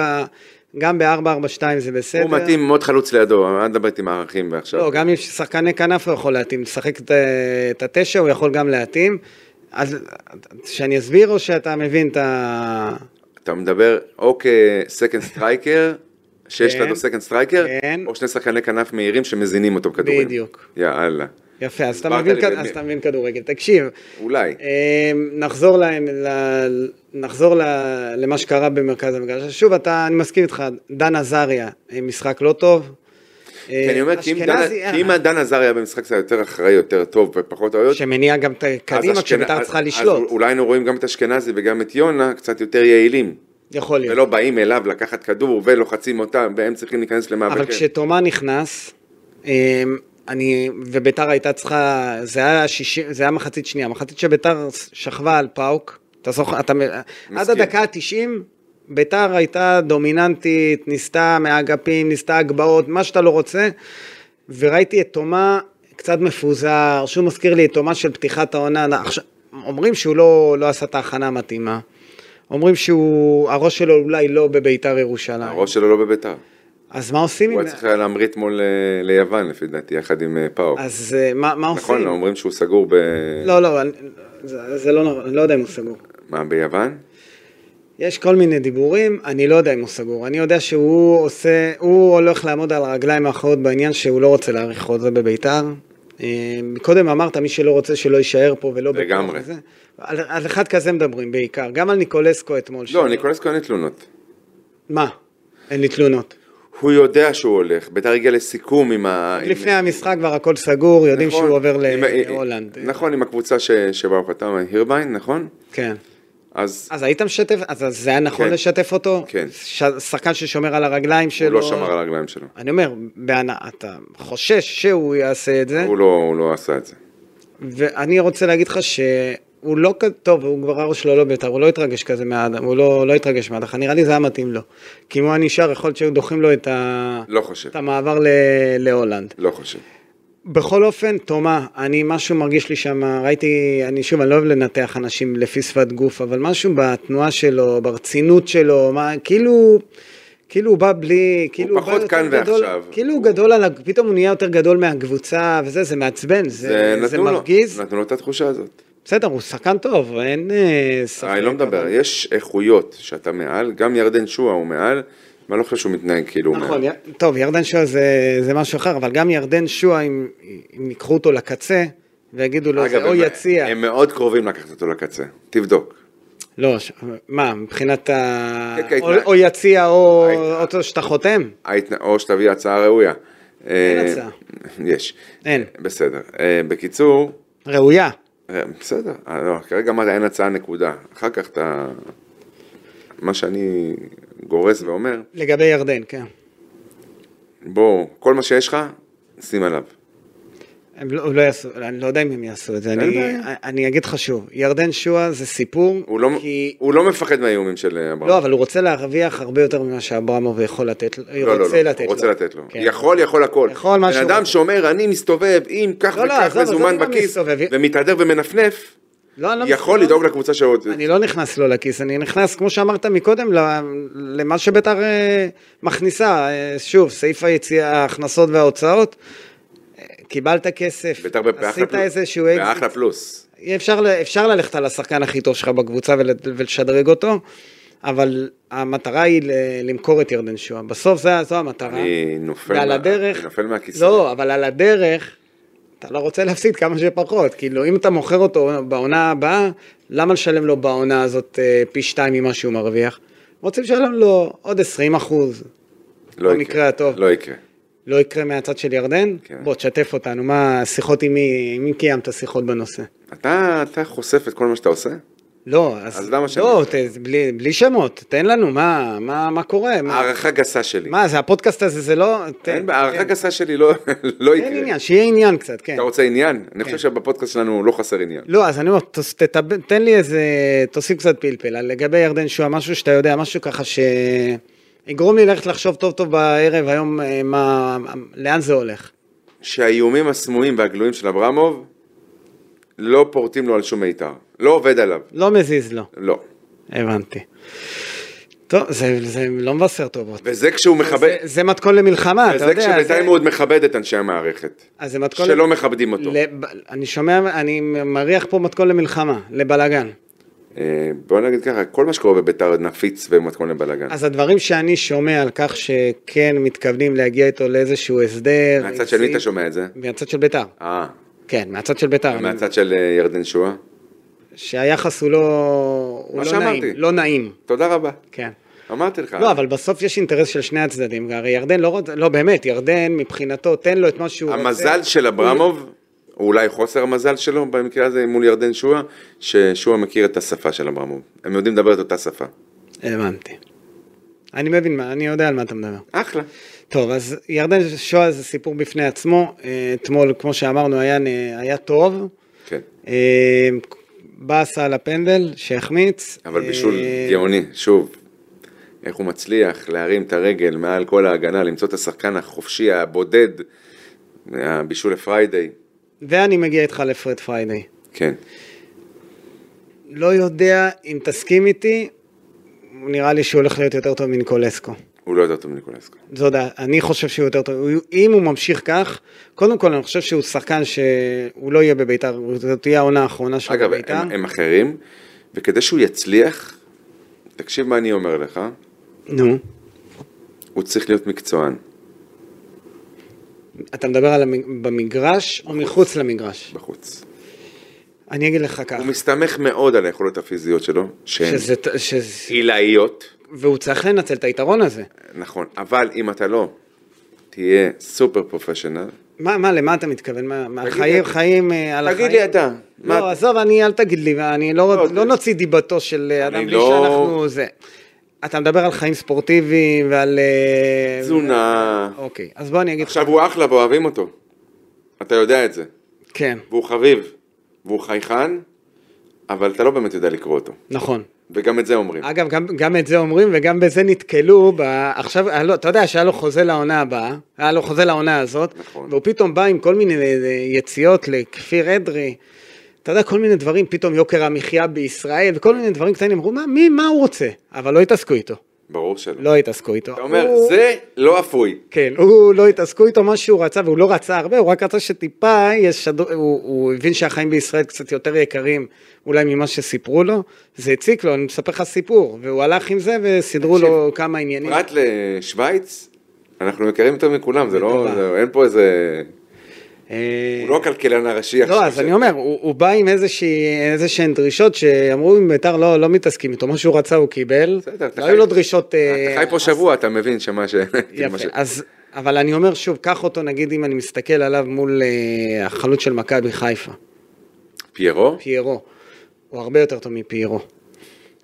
Speaker 2: גם ב-4-4-2 זה בסדר.
Speaker 3: הוא מתאים מאוד חלוץ לידו, אל תדבר איתי עם הערכים ועכשיו.
Speaker 2: לא, גם אם יש שחקני כנף הוא יכול להתאים, לשחק את, אה, את התשע הוא יכול גם להתאים. אז שאני אסביר או שאתה מבין את ה...
Speaker 3: אתה מדבר או כסקנד סטרייקר, שיש
Speaker 2: כן.
Speaker 3: לנו סקנד סטרייקר,
Speaker 2: כן.
Speaker 3: או שני שחקני כנף מהירים שמזינים אותו בכדורים.
Speaker 2: בדיוק.
Speaker 3: יאללה.
Speaker 2: יפה, אז אתה,
Speaker 3: הסברת
Speaker 2: מבין,
Speaker 3: לי
Speaker 2: כד-
Speaker 3: באמת.
Speaker 2: אז אתה מבין כדורגל. תקשיב,
Speaker 3: אולי.
Speaker 2: אה, נחזור, להם, ל... נחזור ל... למה שקרה במרכז המגרש. אז שוב, אתה, אני מסכים איתך, דן עזריה, אה, משחק לא טוב.
Speaker 3: כי אני אומר, כי אם דן-
Speaker 2: אשכנזי, אה,
Speaker 3: כי אם הדן עזר היה במשחק קצת יותר אחראי, יותר טוב ופחות טעויות,
Speaker 2: שמניע גם את
Speaker 3: אז
Speaker 2: הקדימה
Speaker 3: אשכנ-
Speaker 2: כשביתר
Speaker 3: אז-
Speaker 2: צריכה
Speaker 3: אז
Speaker 2: לשלוט,
Speaker 3: אולי היינו רואים גם את אשכנזי וגם את יונה קצת יותר יעילים.
Speaker 2: יכול להיות.
Speaker 3: ולא באים אליו אה, כן. לקחת כדור ולוחצים אותם, והם צריכים להיכנס למאבק.
Speaker 2: אבל כשתומה נכנס, אמ, אני, וביתר הייתה צריכה, זה היה, שיש, זה היה מחצית שנייה, מחצית שביתר שכבה על פאוק, אתה זוכר, אתה, עד הדקה ה-90, ביתר הייתה דומיננטית, ניסתה מהאגפים, ניסתה הגבהות, מה שאתה לא רוצה, וראיתי את תומה קצת מפוזר, שהוא מזכיר לי את תומה של פתיחת העונה, עכשיו, אומרים שהוא לא, לא עשה את ההכנה המתאימה, אומרים שהוא, הראש שלו אולי לא בביתר ירושלים.
Speaker 3: הראש שלו לא בביתר.
Speaker 2: אז מה עושים
Speaker 3: הוא היה צריך היה להמריא אתמול אה, ליוון לפי דעתי, יחד עם אה, פאו.
Speaker 2: אז אה, מה, מה עושים?
Speaker 3: נכון, אומרים שהוא סגור ב...
Speaker 2: לא, לא, אני- זה, זה לא נורא, אני לא יודע אם הוא סגור.
Speaker 3: מה, ביוון?
Speaker 2: יש כל מיני דיבורים, אני לא יודע אם הוא סגור. אני יודע שהוא עושה, הוא הולך לעמוד על הרגליים האחרות בעניין שהוא לא רוצה להאריך חוזה בביתר. אה, קודם אמרת, מי שלא רוצה שלא יישאר פה ולא... בטוח
Speaker 3: לגמרי.
Speaker 2: וזה. על, על אחד כזה מדברים בעיקר, גם על ניקולסקו אתמול.
Speaker 3: לא, ניקולסקו אין לי תלונות.
Speaker 2: מה? אין לי תלונות.
Speaker 3: הוא יודע שהוא הולך, ביתר הגיע לסיכום עם ה... עם-
Speaker 2: לפני המשחק כבר הכל סגור, יודעים
Speaker 3: אה, נכון,
Speaker 2: שהוא עובר
Speaker 3: עם-
Speaker 2: להולנד.
Speaker 3: נכון, עם הקבוצה ש- שבה הוא חתם, הירביין, נכון?
Speaker 2: כן.
Speaker 3: אז
Speaker 2: אז היית משתף, אז אז זה היה נכון
Speaker 3: כן.
Speaker 2: לשתף אותו?
Speaker 3: כן.
Speaker 2: ש- שחקן ששומר על הרגליים אה, שלו?
Speaker 3: הוא לא שמר על הרגליים שלו.
Speaker 2: אני אומר, בהנאה, אתה חושש שהוא יעשה את זה,
Speaker 3: הוא לא, הוא לא עשה את זה.
Speaker 2: ואני רוצה להגיד לך שהוא לא כ- טוב, הוא כבר הראש שלו לא בית"ר, הוא לא התרגש כזה מהאדם, הוא לא, לא התרגש מהדחה, נראה לי זה היה מתאים לו. כי אם הוא היה נשאר, יכול להיות שהיו דוחים לו את, ה...
Speaker 3: לא חושב.
Speaker 2: את המעבר ל... להולנד.
Speaker 3: לא חושב.
Speaker 2: בכל אופן, תומה, אני, משהו מרגיש לי שם, ראיתי, אני שוב, אני לא אוהב לנתח אנשים לפי שפת גוף, אבל משהו בתנועה שלו, ברצינות שלו, מה, כאילו, כאילו הוא בא בלי, כאילו בא
Speaker 3: פחות
Speaker 2: יותר
Speaker 3: כאן
Speaker 2: גדול,
Speaker 3: ועכשיו.
Speaker 2: כאילו הוא גדול על, ה- פתאום הוא נהיה יותר גדול מהקבוצה, וזה, זה מעצבן, זה, זה, זה
Speaker 3: נתנו לו-
Speaker 2: מרגיז.
Speaker 3: נתנו לו את התחושה הזאת.
Speaker 2: בסדר, הוא שחקן טוב, אין אה, ספק.
Speaker 3: אני לא מדבר,
Speaker 2: אבל-
Speaker 3: יש איכויות שאתה מעל, גם ירדן שואה הוא מעל, ואני לא חושב שהוא מתנהג כאילו הוא
Speaker 2: נכון,
Speaker 3: מעל.
Speaker 2: י... טוב, ירדן שועה זה, זה משהו אחר, אבל גם ירדן שועה, אם, אם ייקחו אותו לקצה, ויגידו לו, זה
Speaker 3: אגב,
Speaker 2: או
Speaker 3: הם-
Speaker 2: יציע.
Speaker 3: הם מאוד קרובים לקחת אותו לקצה, תבדוק.
Speaker 2: לא, ש- מה, מבחינת ה...
Speaker 3: כן, כן,
Speaker 2: או-
Speaker 3: התנא-
Speaker 2: או יציע או
Speaker 3: ההת-
Speaker 2: אותו שאתה חותם?
Speaker 3: ההתנ- או שתביא הצעה ראויה.
Speaker 2: אין
Speaker 3: אה,
Speaker 2: הצעה.
Speaker 3: יש.
Speaker 2: אין.
Speaker 3: בסדר. אה, בקיצור,
Speaker 2: ראויה.
Speaker 3: אה, בסדר. אה, לא, כרגע אמרת אין הצעה נקודה. אחר כך אתה... מה שאני גורס ואומר,
Speaker 2: לגבי ירדן, כן.
Speaker 3: בוא, כל מה שיש לך, שים עליו.
Speaker 2: הם לא, הם לא יעשו, אני לא יודע אם הם יעשו את זה. אני,
Speaker 3: בעיה.
Speaker 2: אני אגיד לך שוב, ירדן שועה זה סיפור,
Speaker 3: הוא לא,
Speaker 2: כי...
Speaker 3: הוא לא מפחד מהאיומים של אברהם.
Speaker 2: לא, אבל הוא רוצה להרוויח הרבה יותר ממה שאברמוב יכול לתת לו.
Speaker 3: לא, לא,
Speaker 2: רוצה
Speaker 3: לא,
Speaker 2: לתת
Speaker 3: הוא רוצה
Speaker 2: לו.
Speaker 3: לתת לו.
Speaker 2: כן.
Speaker 3: יכול, יכול הכל.
Speaker 2: יכול מה שהוא
Speaker 3: בן אדם
Speaker 2: רוצה.
Speaker 3: שאומר, אני מסתובב עם כך
Speaker 2: לא, לא,
Speaker 3: וכך
Speaker 2: עזוב, עזוב
Speaker 3: מזומן
Speaker 2: אם אני
Speaker 3: בכיס,
Speaker 2: מסתובב.
Speaker 3: ומתהדר ומנפנף,
Speaker 2: לא, אני לא
Speaker 3: יכול
Speaker 2: מסתכל-
Speaker 3: לדאוג לקבוצה שלו.
Speaker 2: אני לא נכנס לו לכיס, אני נכנס, כמו שאמרת מקודם, ל- למה שביתר אה, מכניסה, אה, שוב, סעיף היציאה, ההכנסות וההוצאות, אה, קיבלת כסף,
Speaker 3: בית"ר באחלה
Speaker 2: עשית
Speaker 3: פלוס.
Speaker 2: איזשהו
Speaker 3: באחלה
Speaker 2: אקזיט, אה?
Speaker 3: פלוס.
Speaker 2: אפשר, ל- אפשר ללכת על השחקן הכי טוב שלך בקבוצה ול, ולשדרג אותו, אבל המטרה היא ל- למכור את ירדן שואה, בסוף זה, זו המטרה,
Speaker 3: אני נופל
Speaker 2: ועל
Speaker 3: מה-
Speaker 2: הדרך,
Speaker 3: אני נופל מהכיסא.
Speaker 2: לא, אבל על הדרך, אתה לא רוצה להפסיד כמה שפחות. כאילו, אם אתה מוכר אותו בעונה הבאה, למה לשלם לו בעונה הזאת אה, פי שתיים ממה שהוא מרוויח? רוצים לשלם לו עוד 20 אחוז.
Speaker 3: לא
Speaker 2: במקרה
Speaker 3: יקרה.
Speaker 2: הטוב.
Speaker 3: לא יקרה.
Speaker 2: לא יקרה מהצד של ירדן?
Speaker 3: כן.
Speaker 2: בוא, תשתף אותנו, מה, שיחות עם מי, עם מי קיימת שיחות בנושא?
Speaker 3: אתה אתה חושף את כל מה שאתה עושה?
Speaker 2: לא, אז...
Speaker 3: אז למה שאני-
Speaker 2: לא, ת, בלי, בלי שמות, תן לנו, מה, מה, מה קורה? מה,
Speaker 3: הערכה גסה שלי.
Speaker 2: מה, זה הפודקאסט הזה, זה לא...
Speaker 3: אה, אין בעיה, הערכה גסה שלי לא לא
Speaker 2: תן
Speaker 3: יקרה.
Speaker 2: עניין, שיהיה עניין קצת, כן.
Speaker 3: אתה רוצה עניין? אני חושב שבפודקאסט שלנו לא חסר עניין.
Speaker 2: לא, אז אני אומר, תוס- תטב- תן לי איזה, תוסיף קצת פלפל. על- לגבי ירדן שואה, משהו שאתה יודע, משהו ככה ש... יגרום לי ללכת לחשוב טוב טוב בערב היום, אה, מה, לאן זה הולך.
Speaker 3: שהאיומים הסמויים והגלויים של אברמוב לא פורטים לו על שום מיתר. לא עובד עליו.
Speaker 2: לא מזיז לו,
Speaker 3: לא.
Speaker 2: הבנתי. טוב, זה, זה לא מבשר טוב.
Speaker 3: וזה כשהוא מכבד...
Speaker 2: זה, זה מתכון למלחמה, אתה
Speaker 3: וזה
Speaker 2: יודע.
Speaker 3: כשבינתיים הוא עוד מכבד את אנשי המערכת.
Speaker 2: אז זה מתכון...
Speaker 3: שלא מכבדים אותו.
Speaker 2: לב... אני שומע, אני מריח פה מתכון למלחמה, לבלאגן.
Speaker 3: אה, בוא נגיד ככה, כל מה שקורה בביתר נפיץ במתכון לבלאגן.
Speaker 2: אז הדברים שאני שומע על כך שכן מתכוונים להגיע איתו לאיזשהו הסדר.
Speaker 3: מהצד של מי
Speaker 2: סעיף-
Speaker 3: אתה שומע את זה?
Speaker 2: מהצד של ביתר.
Speaker 3: אה,
Speaker 2: כן, מהצד של ביתר. אני-
Speaker 3: מהצד של אה, ירדן שואה?
Speaker 2: שהיחס הוא לא... הוא
Speaker 3: מה
Speaker 2: לא
Speaker 3: שאמרתי.
Speaker 2: נעים. לא נעים,
Speaker 3: תודה רבה.
Speaker 2: כן.
Speaker 3: אמרתי לך.
Speaker 2: לא, אבל בסוף יש אינטרס של שני הצדדים. הרי ירדן לא רוצה... לא, באמת, ירדן מבחינתו, תן לו את מה שהוא רוצה.
Speaker 3: המזל של אברמוב, או אולי חוסר המזל שלו במקרה הזה מול ירדן שואה, ששואה מכיר את השפה של אברמוב. הם יודעים לדבר את אותה שפה.
Speaker 2: הבנתי. אני מבין מה, אני יודע על מה אתה מדבר.
Speaker 3: אחלה.
Speaker 2: טוב, אז ירדן שואה זה סיפור בפני עצמו. אה, אתמול, כמו שאמרנו, היה, נ- היה טוב.
Speaker 3: כן.
Speaker 2: אה, באסה על הפנדל שהחמיץ.
Speaker 3: אבל בישול
Speaker 2: אה,
Speaker 3: גאוני, שוב. איך הוא מצליח להרים את הרגל מעל כל ההגנה, למצוא את השחקן החופשי, הבודד, אה, הבישול לפריידיי.
Speaker 2: ואני מגיע איתך לפרד פריידי.
Speaker 3: כן.
Speaker 2: לא יודע אם תסכים איתי, נראה לי שהוא הולך להיות יותר טוב מניקולסקו.
Speaker 3: הוא לא יותר טוב מניקולסקו.
Speaker 2: זו דעה, אני חושב שהוא יותר טוב. הוא- אם הוא ממשיך כך, קודם כל אני חושב שהוא שחקן שהוא לא יהיה בביתר, הוא- זאת תהיה העונה האחרונה שלו
Speaker 3: אגב,
Speaker 2: בביתר.
Speaker 3: הם, הם אחרים, וכדי שהוא יצליח, תקשיב מה אני אומר לך,
Speaker 2: נו,
Speaker 3: הוא צריך להיות מקצוען.
Speaker 2: אתה מדבר על המג- במגרש או מחוץ למגרש?
Speaker 3: בחוץ.
Speaker 2: אני אגיד לך כך,
Speaker 3: הוא מסתמך מאוד על היכולות הפיזיות שלו, שהן
Speaker 2: שזה, ת- שזה,
Speaker 3: עילאיות,
Speaker 2: והוא צריך לנצל את היתרון הזה.
Speaker 3: נכון, אבל אם אתה לא תהיה סופר פרופשיונל,
Speaker 2: מה, מה, למה אתה מתכוון? מה, מה,
Speaker 3: תגיד
Speaker 2: חיים,
Speaker 3: לי-
Speaker 2: חיים אה, על החיים?
Speaker 3: תגיד לי אתה, מה
Speaker 2: לא,
Speaker 3: אתה-
Speaker 2: עזוב, אני, אל תגיד לי, אני
Speaker 3: לא,
Speaker 2: לא,
Speaker 3: זה-
Speaker 2: לא נוציא דיבתו של אה,
Speaker 3: אני
Speaker 2: אדם בלי
Speaker 3: לא-
Speaker 2: שאנחנו זה. אתה מדבר על חיים ספורטיביים ועל... אה,
Speaker 3: תזונה,
Speaker 2: אוקיי, אז בוא אני אגיד לך,
Speaker 3: עכשיו הוא אחלה ואוהבים אותו, אתה יודע את זה,
Speaker 2: כן,
Speaker 3: והוא חביב, והוא חייכן, אבל אתה לא באמת יודע לקרוא אותו,
Speaker 2: נכון.
Speaker 3: וגם את זה אומרים.
Speaker 2: אגב, גם, גם את זה אומרים וגם בזה נתקלו, ב... עכשיו, היה לו- אתה יודע שהיה לו חוזה לעונה הבאה, היה לו חוזה לעונה הזאת,
Speaker 3: נכון.
Speaker 2: והוא פתאום בא עם כל מיני אה, יציאות לכפיר אדרי, אתה יודע, כל מיני דברים, פתאום יוקר המחיה בישראל, וכל מיני דברים קטנים, אמרו, מה, מי, מה הוא רוצה? אבל לא התעסקו איתו,
Speaker 3: ברור שלא.
Speaker 2: לא התעסקו איתו.
Speaker 3: אתה אומר,
Speaker 2: הוא...
Speaker 3: זה לא אפוי.
Speaker 2: כן, הוא לא התעסקו איתו מה שהוא רצה, והוא לא רצה הרבה, הוא רק רצה שטיפה, ישדו, הוא, הוא הבין שהחיים בישראל קצת יותר יקרים אולי ממה שסיפרו לו, זה הציק לו, אני מספר לך סיפור, והוא הלך עם זה וסידרו
Speaker 3: תקשיב,
Speaker 2: לו כמה עניינים.
Speaker 3: פרט לשוויץ, אנחנו יקרים יותר מכולם, זה לא,
Speaker 2: לטובה.
Speaker 3: זה- אין פה איזה,
Speaker 2: אה,
Speaker 3: הוא לא הכלכלן הראשי
Speaker 2: לא, אז
Speaker 3: ש-
Speaker 2: אני אומר, הוא, הוא בא עם איזושהי- איזשהן דרישות שאמרו אם בית"ר לא, לא מתעסקים איתו, מה שהוא רצה הוא קיבל,
Speaker 3: בסדר, אתה
Speaker 2: לא
Speaker 3: חי-
Speaker 2: היו לו דרישות... אה,
Speaker 3: אתה חי פה
Speaker 2: אז-
Speaker 3: שבוע, אתה מבין שמה ש... [LAUGHS] כאילו, מה ש-
Speaker 2: יפה, אז, אבל אני אומר שוב, קח אותו נגיד אם אני מסתכל עליו מול אה, החלוץ של מכבי חיפה.
Speaker 3: פיירו?
Speaker 2: פיירו. הוא הרבה יותר טוב מפיירו.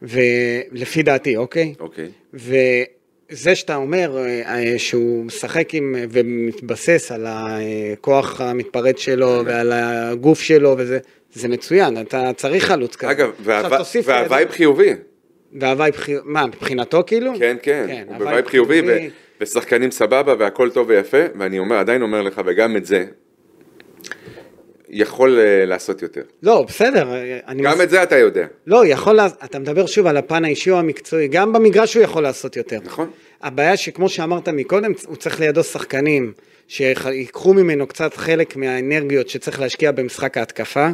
Speaker 2: ולפי דעתי, אוקיי?
Speaker 3: אוקיי.
Speaker 2: וזה שאתה אומר אה, אה, שהוא משחק עם אה, ומתבסס על הכוח המתפרץ שלו ועל הגוף שלו וזה, זה מצוין, אתה צריך חלוץ כזה.
Speaker 3: אגב,
Speaker 2: כן. עכשיו
Speaker 3: והווי-
Speaker 2: תוסיף אה, לידו-
Speaker 3: והווייב חיובי.
Speaker 2: והווייב חיובי, מה, מבחינתו כאילו?
Speaker 3: כן, כן. הוא
Speaker 2: הווייב
Speaker 3: בווייב חיובי, ו- ושחקנים סבבה, והכל טוב ויפה, ואני אומר, עדיין אומר לך, וגם את זה, יכול אה, לעשות יותר.
Speaker 2: לא, בסדר, אה, אני...
Speaker 3: גם
Speaker 2: מס-
Speaker 3: את זה אתה יודע,
Speaker 2: לא, יכול, לה- אתה מדבר שוב על הפן האישי או המקצועי, גם במגרש הוא יכול לעשות יותר.
Speaker 3: נכון?
Speaker 2: הבעיה שכמו שאמרת מקודם, הוא צריך לידו שחקנים שיקחו ממנו קצת חלק מהאנרגיות שצריך להשקיע במשחק ההתקפה,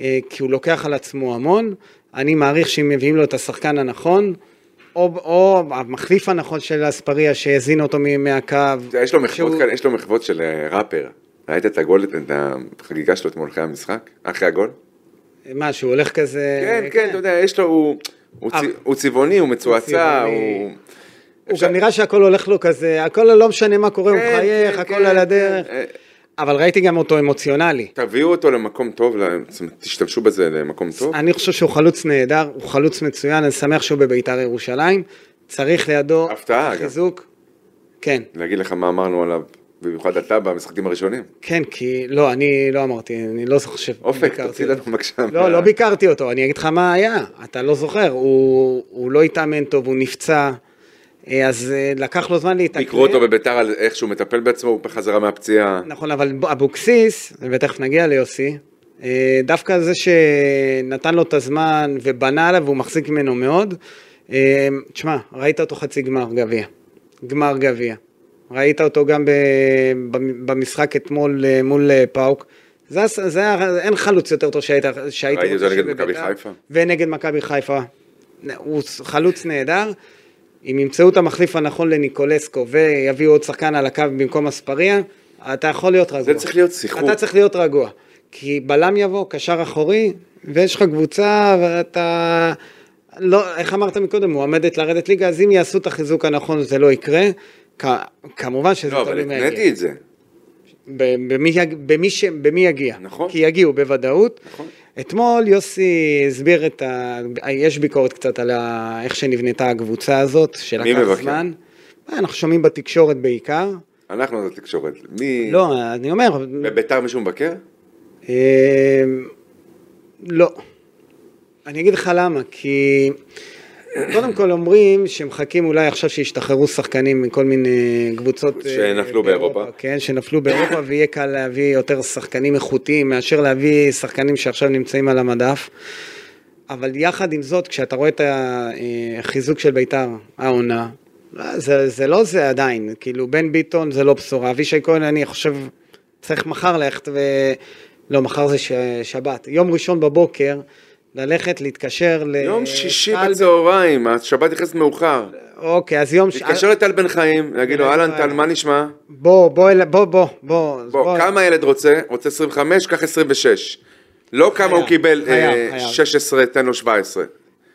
Speaker 2: אה, כי הוא לוקח על עצמו המון. אני מעריך שאם מביאים לו את השחקן הנכון, או, או המחליף הנכון של אספריה שהזין אותו מ- מהקו.
Speaker 3: אתה יודע, יש לו מחוות
Speaker 2: שהוא-
Speaker 3: כאלה, יש לו מחוות של אה, ראפר. ראית את הגול, את החגיגה שלו אתמול אחרי המשחק? אחרי הגול?
Speaker 2: אה, מה, שהוא הולך כזה...
Speaker 3: כן, כן, אתה יודע, יש לו, הוא- הוא
Speaker 2: אבל-
Speaker 3: צי- הוא צבעוני, הוא מצועצע,
Speaker 2: צבעוני.
Speaker 3: הוא...
Speaker 2: הוא גם נראה שהכל הולך לו כזה, הכל לא משנה מה קורה, הוא
Speaker 3: כן,
Speaker 2: מחייך,
Speaker 3: כן,
Speaker 2: הכל
Speaker 3: כן,
Speaker 2: על הדרך.
Speaker 3: כן. אה,
Speaker 2: אבל ראיתי גם אותו אמוציונלי.
Speaker 3: תביאו אותו למקום טוב, ל- זאת אומרת, תשתמשו בזה למקום טוב.
Speaker 2: אני חושב שהוא חלוץ נהדר, הוא חלוץ מצוין, אני שמח שהוא בביתר ירושלים. צריך לידו
Speaker 3: הפתעה, אגב.
Speaker 2: חיזוק. כן,
Speaker 3: להגיד לך מה אמרנו עליו, במיוחד אתה במשחקים הראשונים.
Speaker 2: כן, כי לא, אני לא אמרתי, אני לא חושב.
Speaker 3: אופק,
Speaker 2: ביקרתי
Speaker 3: תוציא
Speaker 2: אותו.
Speaker 3: לנו בבקשה. מה-
Speaker 2: לא, לא ביקרתי אותו, אני אגיד לך מה היה, אתה לא זוכר, הוא, הוא לא התאמן טוב, הוא נפצע, אה, אז אה, לקח לו זמן להתאקלם.
Speaker 3: ביקרו אותו בביתר על איך שהוא מטפל בעצמו, הוא בחזרה מהפציעה.
Speaker 2: נכון, אבל ב- אבוקסיס, ותכף נגיע ליוסי, אה, דווקא זה שנתן לו את הזמן ובנה עליו והוא מחזיק ממנו מאוד, אה, תשמע, ראית אותו חצי גמר גביע, גמר גביע. ראית אותו גם ב- במ- במשחק אתמול אה, מול אה, פאוק. זה, הס- זה, ה- אין חלוץ יותר טוב שהיית, שהיית
Speaker 3: ראיתי
Speaker 2: רוצה
Speaker 3: אותו נגד
Speaker 2: שבבית"ר,
Speaker 3: מכבי חיפה.
Speaker 2: ונגד מכבי חיפה. הוא חלוץ נהדר. אם ימצאו את המחליף הנכון לניקולסקו ויביאו עוד שחקן על הקו במקום אספריה, אתה יכול להיות רגוע.
Speaker 3: זה צריך להיות שיחוק.
Speaker 2: אתה צריך להיות רגוע. כי בלם יבוא, קשר אחורי, ויש לך קבוצה, ואתה... לא, איך אמרת מקודם, מועמדת לרדת ליגה, אז אם יעשו את החיזוק הנכון זה לא יקרה. כ- כמובן שזה
Speaker 3: לא, אבל
Speaker 2: תלוי מה
Speaker 3: התניתי
Speaker 2: יגיע.
Speaker 3: את זה.
Speaker 2: ב- במי, יג- במי, ש... במי יגיע.
Speaker 3: נכון.
Speaker 2: כי יגיעו בוודאות.
Speaker 3: נכון.
Speaker 2: אתמול יוסי הסביר את ה... יש ביקורת קצת על ה... איך שנבנתה הקבוצה הזאת, שלקח
Speaker 3: מי מבקר?
Speaker 2: זמן. אה, אנחנו שומעים בתקשורת בעיקר.
Speaker 3: אנחנו זה תקשורת. מי...
Speaker 2: לא, אני אומר,
Speaker 3: בביתר מישהו מבקר?
Speaker 2: אה, לא. אני אגיד לך למה, כי קודם כל אומרים שמחכים אולי עכשיו שישתחררו שחקנים מכל מיני קבוצות... אה,
Speaker 3: שנפלו באירופה.
Speaker 2: כן, שנפלו באירופה, ויהיה קל להביא יותר שחקנים איכותיים מאשר להביא שחקנים שעכשיו נמצאים על המדף. אבל יחד עם זאת, כשאתה רואה את החיזוק של בית"ר, העונה, לא, זה, זה לא זה עדיין, כאילו בן ביטון זה לא בשורה, אבישי כהן אני חושב צריך מחר ללכת ו... לא, מחר זה ש... שבת, יום ראשון בבוקר, ללכת להתקשר ל...
Speaker 3: יום שישי
Speaker 2: טל-
Speaker 3: בצהריים, השבת נכנסת מאוחר.
Speaker 2: אוקיי, אז יום... ש-
Speaker 3: תתקשר לטל בן חיים, להגיד לו, אהלן טל, מה נשמע?
Speaker 2: בוא, בוא, אל- בוא, בוא, בוא. אז
Speaker 3: בוא, כמה ילד רוצה? רוצה 25, קח 26. לא כמה הוא קיבל
Speaker 2: חייב,
Speaker 3: אה,
Speaker 2: חייב.
Speaker 3: 16, תן לו 17.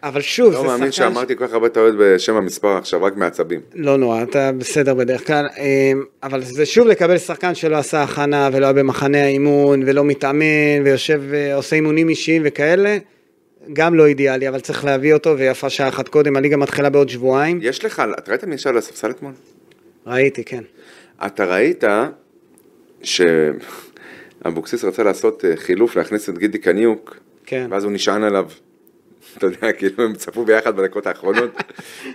Speaker 2: אבל שוב, זה
Speaker 3: לא
Speaker 2: שחקן...
Speaker 3: מאמין
Speaker 2: ש-
Speaker 3: שאמרתי כל כך הרבה טעויות בשם המספר עכשיו, רק מעצבים.
Speaker 2: לא נורא, אתה בסדר בדרך כלל, אמ, אבל זה שוב לקבל שחקן שלא עשה הכנה ולא היה במחנה האימון ולא מתאמן ויושב ועושה אימונים אישיים וכאלה, גם לא אידיאלי, אבל צריך להביא אותו ויפה שעה אחת קודם, הליגה מתחילה בעוד שבועיים.
Speaker 3: יש לך, אתה ראית מי ישב על הספסל אתמול?
Speaker 2: ראיתי, כן.
Speaker 3: אתה ראית שאבוקסיס רצה לעשות אה, חילוף, להכניס את גידי קניוק,
Speaker 2: כן.
Speaker 3: ואז הוא נשען עליו. אתה יודע, כאילו הם צפו ביחד
Speaker 2: [LAUGHS]
Speaker 3: בדקות האחרונות.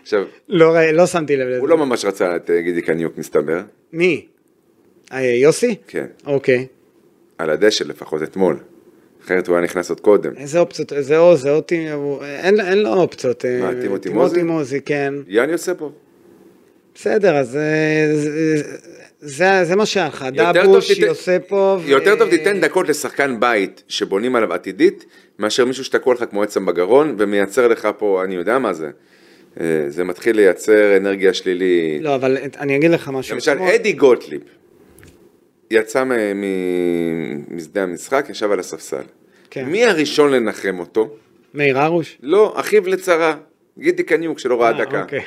Speaker 3: עכשיו,
Speaker 2: לא, ראי- לא שמתי לב לזה.
Speaker 3: הוא לא ממש רצה את אה, גידי קניוק, מסתבר.
Speaker 2: מי? אה, יוסי?
Speaker 3: כן.
Speaker 2: אוקיי.
Speaker 3: על הדשא לפחות אתמול. אחרת הוא היה נכנס עוד קודם.
Speaker 2: איזה אופציות? זה או זה או טימ... הוא- אין אין לו אופציות. אה,
Speaker 3: מה, טימותי מוזי?
Speaker 2: מוזי, כן.
Speaker 3: יאן יוצא פה.
Speaker 2: בסדר, אז אה, זה- זה- זה מה שהיה לך.
Speaker 3: יותר טוב
Speaker 2: דאבוש,
Speaker 3: תיתן-
Speaker 2: יוספוב.
Speaker 3: יותר טוב
Speaker 2: אה,
Speaker 3: תיתן דקות לשחקן בית שבונים עליו עתידית, מאשר מישהו שתקוע לך כמו עצם בגרון ומייצר לך פה, אני יודע מה זה. אה, זה מתחיל לייצר אנרגיה שלילית.
Speaker 2: לא, אבל את- אני אגיד לך משהו.
Speaker 3: למשל,
Speaker 2: אתמול-
Speaker 3: אדי גוטליב יצא מ- מ- משדה המשחק, ישב על הספסל.
Speaker 2: כן.
Speaker 3: מי הראשון לנחם אותו?
Speaker 2: מאיר הרוש?
Speaker 3: לא, אחיו לצרה, גידי קניוק שלא ראה
Speaker 2: אה,
Speaker 3: דקה.
Speaker 2: אוקיי.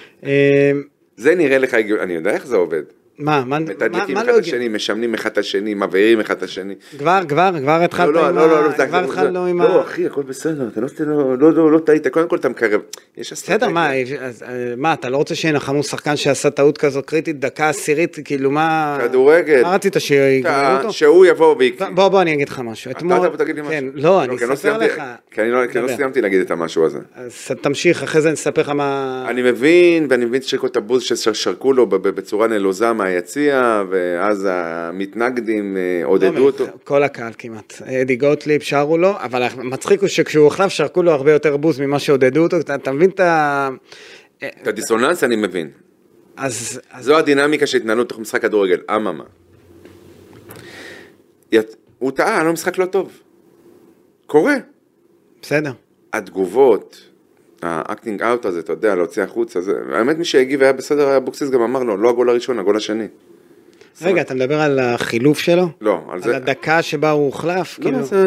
Speaker 2: [LAUGHS] אה,
Speaker 3: זה נראה לך הגיוני, אני יודע איך זה עובד.
Speaker 2: מה, מה, מה
Speaker 3: מתדלקים
Speaker 2: מה
Speaker 3: אחד
Speaker 2: לא
Speaker 3: את
Speaker 2: הגיע?
Speaker 3: השני, משמנים אחד את השני, מבעירים אחד את השני.
Speaker 2: כבר, כבר, כבר התחלת
Speaker 3: לא,
Speaker 2: עם
Speaker 3: לא,
Speaker 2: ה...
Speaker 3: לא, לא, לא, זה-
Speaker 2: כבר
Speaker 3: זה-
Speaker 2: התחלנו עם ה...
Speaker 3: לא, אחי, הכל בסדר, אתה לא עושה- לא, לא, לא, לא טעית, קודם כל אתה מקרב. יש
Speaker 2: בסדר,
Speaker 3: אסטרטגיה.
Speaker 2: מה, אז, אה, מה, אתה לא רוצה שינחמו שחקן שעשה טעות כזו קריטית, דקה עשירית, כאילו מה...
Speaker 3: כדורגל.
Speaker 2: מה רצית שיגמרו
Speaker 3: אתה-
Speaker 2: אותו?
Speaker 3: שהוא יבוא ויקרה.
Speaker 2: ב- בוא, בוא, אני אגיד לך משהו.
Speaker 3: אתה
Speaker 2: אתמול...
Speaker 3: תבוא תגיד לי משהו.
Speaker 2: כן, לא, אני
Speaker 3: כי לא
Speaker 2: אספר
Speaker 3: סיימתי-
Speaker 2: לך.
Speaker 3: כי אני לא- כי לא
Speaker 2: דבר.
Speaker 3: סיימתי להגיד את המשהו הזה.
Speaker 2: אז תמשיך, אחרי זה אני אספר לך מה...
Speaker 3: אני מבין, ואני מבין שכל את הבוז ששרקו לו ב- ב- בצורה נלוזה מהיציע, ואז המתנגדים אה,
Speaker 2: לא,
Speaker 3: עודדו אותו.
Speaker 2: כל הקהל כמעט. אדי גוטליב שרו לו, אבל המצחיק הוא שכשהוא הוחלף שרקו לו הרבה יותר בוז ממה שעודדו אותו. אתה, אתה מבין את ה... אה,
Speaker 3: את הדיסוננס אני מבין.
Speaker 2: אז... אז
Speaker 3: זו הדינמיקה שהתנהלו תוך משחק כדורגל, אממה. ית- הוא טעה, היה לו משחק לא טוב. קורה.
Speaker 2: בסדר.
Speaker 3: התגובות, האקטינג אאוט הזה, אתה יודע, להוציא החוצה, זה... האמת מי שהגיב והיה בסדר, היה אבוקסיס גם אמר לו, לא הגול הראשון, הגול השני.
Speaker 2: רגע, אתה מדבר על החילוף שלו?
Speaker 3: לא, על
Speaker 2: על
Speaker 3: זה...
Speaker 2: הדקה שבה הוא הוחלף?
Speaker 3: לא,
Speaker 2: כאילו-
Speaker 3: זה,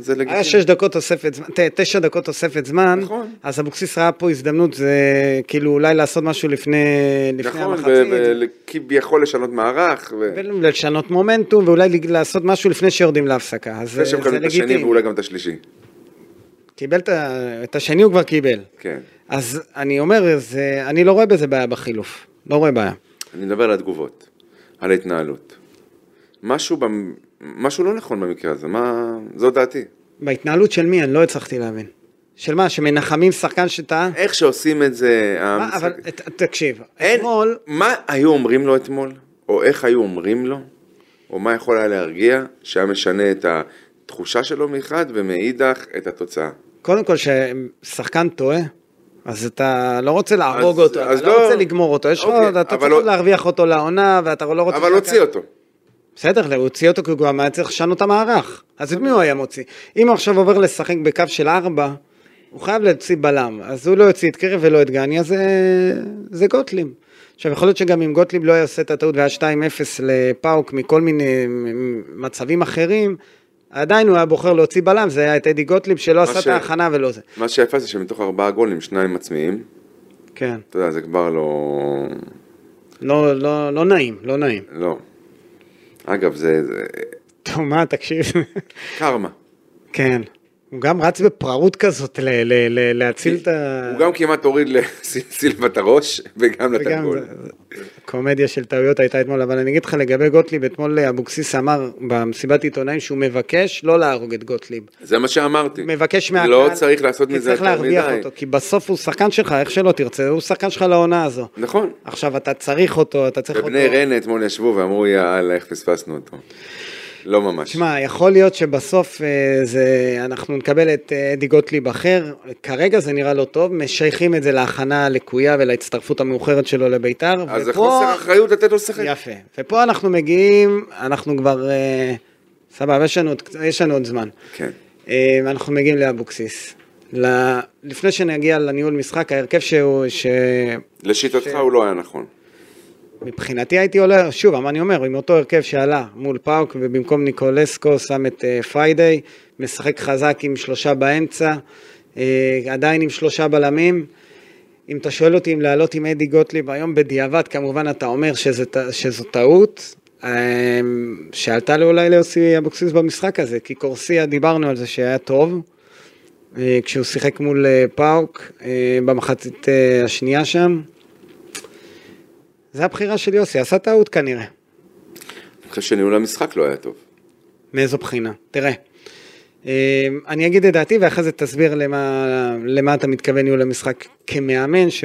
Speaker 3: זה לגיטימי.
Speaker 2: היה שש דקות תוספת זמן, ת- תשע דקות תוספת זמן,
Speaker 3: נכון.
Speaker 2: אז אבוקסיס ראה פה הזדמנות, זה כאילו אולי לעשות משהו לפני, לפני
Speaker 3: נכון,
Speaker 2: המחצית,
Speaker 3: וכביכול לשנות מערך, ו-
Speaker 2: ולשנות מומנטום, ואולי ל- לעשות משהו לפני שיורדים להפסקה, אז זה,
Speaker 3: זה שהם
Speaker 2: זה
Speaker 3: קבלו את השני
Speaker 2: לגיטימי.
Speaker 3: ואולי גם את השלישי.
Speaker 2: קיבל את ה- את השני הוא כבר קיבל.
Speaker 3: כן.
Speaker 2: אז אני אומר, זה, אני לא רואה בזה בעיה בחילוף, לא רואה בעיה.
Speaker 3: אני מדבר על התגובות, על ההתנהלות. משהו, במ... משהו לא נכון במקרה הזה, מה... זו דעתי.
Speaker 2: בהתנהלות של מי אני לא הצלחתי להבין. של מה, שמנחמים שחקן שטעה?
Speaker 3: איך שעושים את זה,
Speaker 2: מה, אבל ת- תקשיב,
Speaker 3: אה, אין,
Speaker 2: אתמול,
Speaker 3: מה היו אומרים לו אתמול, או איך היו אומרים לו, או מה יכול היה להרגיע, שהיה משנה את התחושה שלו מאחד, ומאידך את התוצאה.
Speaker 2: קודם כל, כששחקן טועה, אז אתה לא רוצה להרוג
Speaker 3: אז-
Speaker 2: אותו,
Speaker 3: אז
Speaker 2: אתה לא
Speaker 3: לא.
Speaker 2: רוצה לגמור אותו, יש לך,
Speaker 3: אוקיי,
Speaker 2: אתה
Speaker 3: אבל
Speaker 2: צריך
Speaker 3: לא-
Speaker 2: עוד להרוויח אותו לעונה, ואתה לא רוצה...
Speaker 3: אבל הוציא אותו.
Speaker 2: בסדר, לא, הוא הוציא אותו כי הוא גם היה צריך לשנות את המערך. אז את מי הוא היה מוציא? אם הוא עכשיו עובר לשחק בקו של ארבע, הוא חייב להוציא בלם, אז הוא לא יוציא את קרב ולא את גניה, זה, זה גוטלים. עכשיו, יכול להיות שגם אם גוטליב לא היה עושה את הטעות והיה 2-0 לפאוק מכל מיני מצבים אחרים, עדיין הוא היה בוחר להוציא בלם, זה היה את אדי גוטליב שלא עשה
Speaker 3: ש-
Speaker 2: את ההכנה ולא זה.
Speaker 3: מה שיפה זה שמתוך ארבעה גולים, שניים עצמיים,
Speaker 2: כן.
Speaker 3: אתה יודע, זה כבר לא...
Speaker 2: לא, לא, לא נעים, לא נעים.
Speaker 3: לא. אגב, זה... זה...
Speaker 2: טוב, מה, תקשיב.
Speaker 3: קרמה.
Speaker 2: [LAUGHS] כן. הוא גם רץ בפראות כזאת ל- ל- ל- להציל את ה...
Speaker 3: הוא גם כמעט הוריד לסילבה את הראש, וגם נתן
Speaker 2: וגם
Speaker 3: גול.
Speaker 2: קומדיה של טעויות הייתה אתמול, אבל אני אגיד לך לגבי גוטליב, אתמול אה, אבוקסיס אמר במסיבת עיתונאים שהוא מבקש לא להרוג את גוטליב.
Speaker 3: זה מה שאמרתי.
Speaker 2: מבקש מהקהל,
Speaker 3: לא צריך לעשות
Speaker 2: כי
Speaker 3: מזה
Speaker 2: צריך
Speaker 3: יותר
Speaker 2: להרוויח
Speaker 3: מדי.
Speaker 2: אותו, כי בסוף הוא שחקן שלך, איך שלא תרצה, הוא שחקן שלך לעונה הזו.
Speaker 3: נכון.
Speaker 2: עכשיו אתה צריך אותו, אתה צריך אותו.
Speaker 3: ובני ריינה אתמול ישבו ואמרו, יאללה, איך פספסנו אותו. לא ממש.
Speaker 2: תשמע, יכול להיות שבסוף אה, זה, אנחנו נקבל את אה, אדי גוטליב אחר, כרגע זה נראה לא טוב, משייכים את זה להכנה הלקויה ולהצטרפות המאוחרת שלו לביתר,
Speaker 3: אז זה חוסר אחריות לתת לו לשחק.
Speaker 2: יפה. ופה אנחנו מגיעים, אנחנו כבר, אה, סבבה, יש לנו עוד, קצ- יש לנו עוד זמן.
Speaker 3: כן.
Speaker 2: אה, אנחנו מגיעים לאבוקסיס. ל- לפני שנגיע לניהול משחק, ההרכב שהוא,
Speaker 3: לשיטתך הוא לא היה נכון.
Speaker 2: שמבחינתי הייתי עולה, שוב, מה אני אומר, עם אותו הרכב שעלה מול פאוק, ובמקום ניקולסקו שם את אה, פריידי, משחק חזק עם שלושה באמצע, אה, עדיין עם שלושה בלמים. אם אתה שואל אותי אם לעלות עם אדי גוטליב היום בדיעבד, כמובן אתה אומר שזה, ט- שזו טעות, אה, שעלתה לו אולי ליוסי אבוקסיס במשחק הזה, כי קורסיה, דיברנו על זה שהיה טוב, אה, כשהוא שיחק מול אה, פאוק אה, במחצית אה, השנייה שם. זה הבחירה של יוסי, עשה טעות כנראה.
Speaker 3: אני חושב שניהול המשחק לא היה טוב.
Speaker 2: מאיזו בחינה? תראה, אה, אני אגיד את דעתי ואחרי זה תסביר למה, למה אתה מתכוון ניהול המשחק. כמאמן, ש,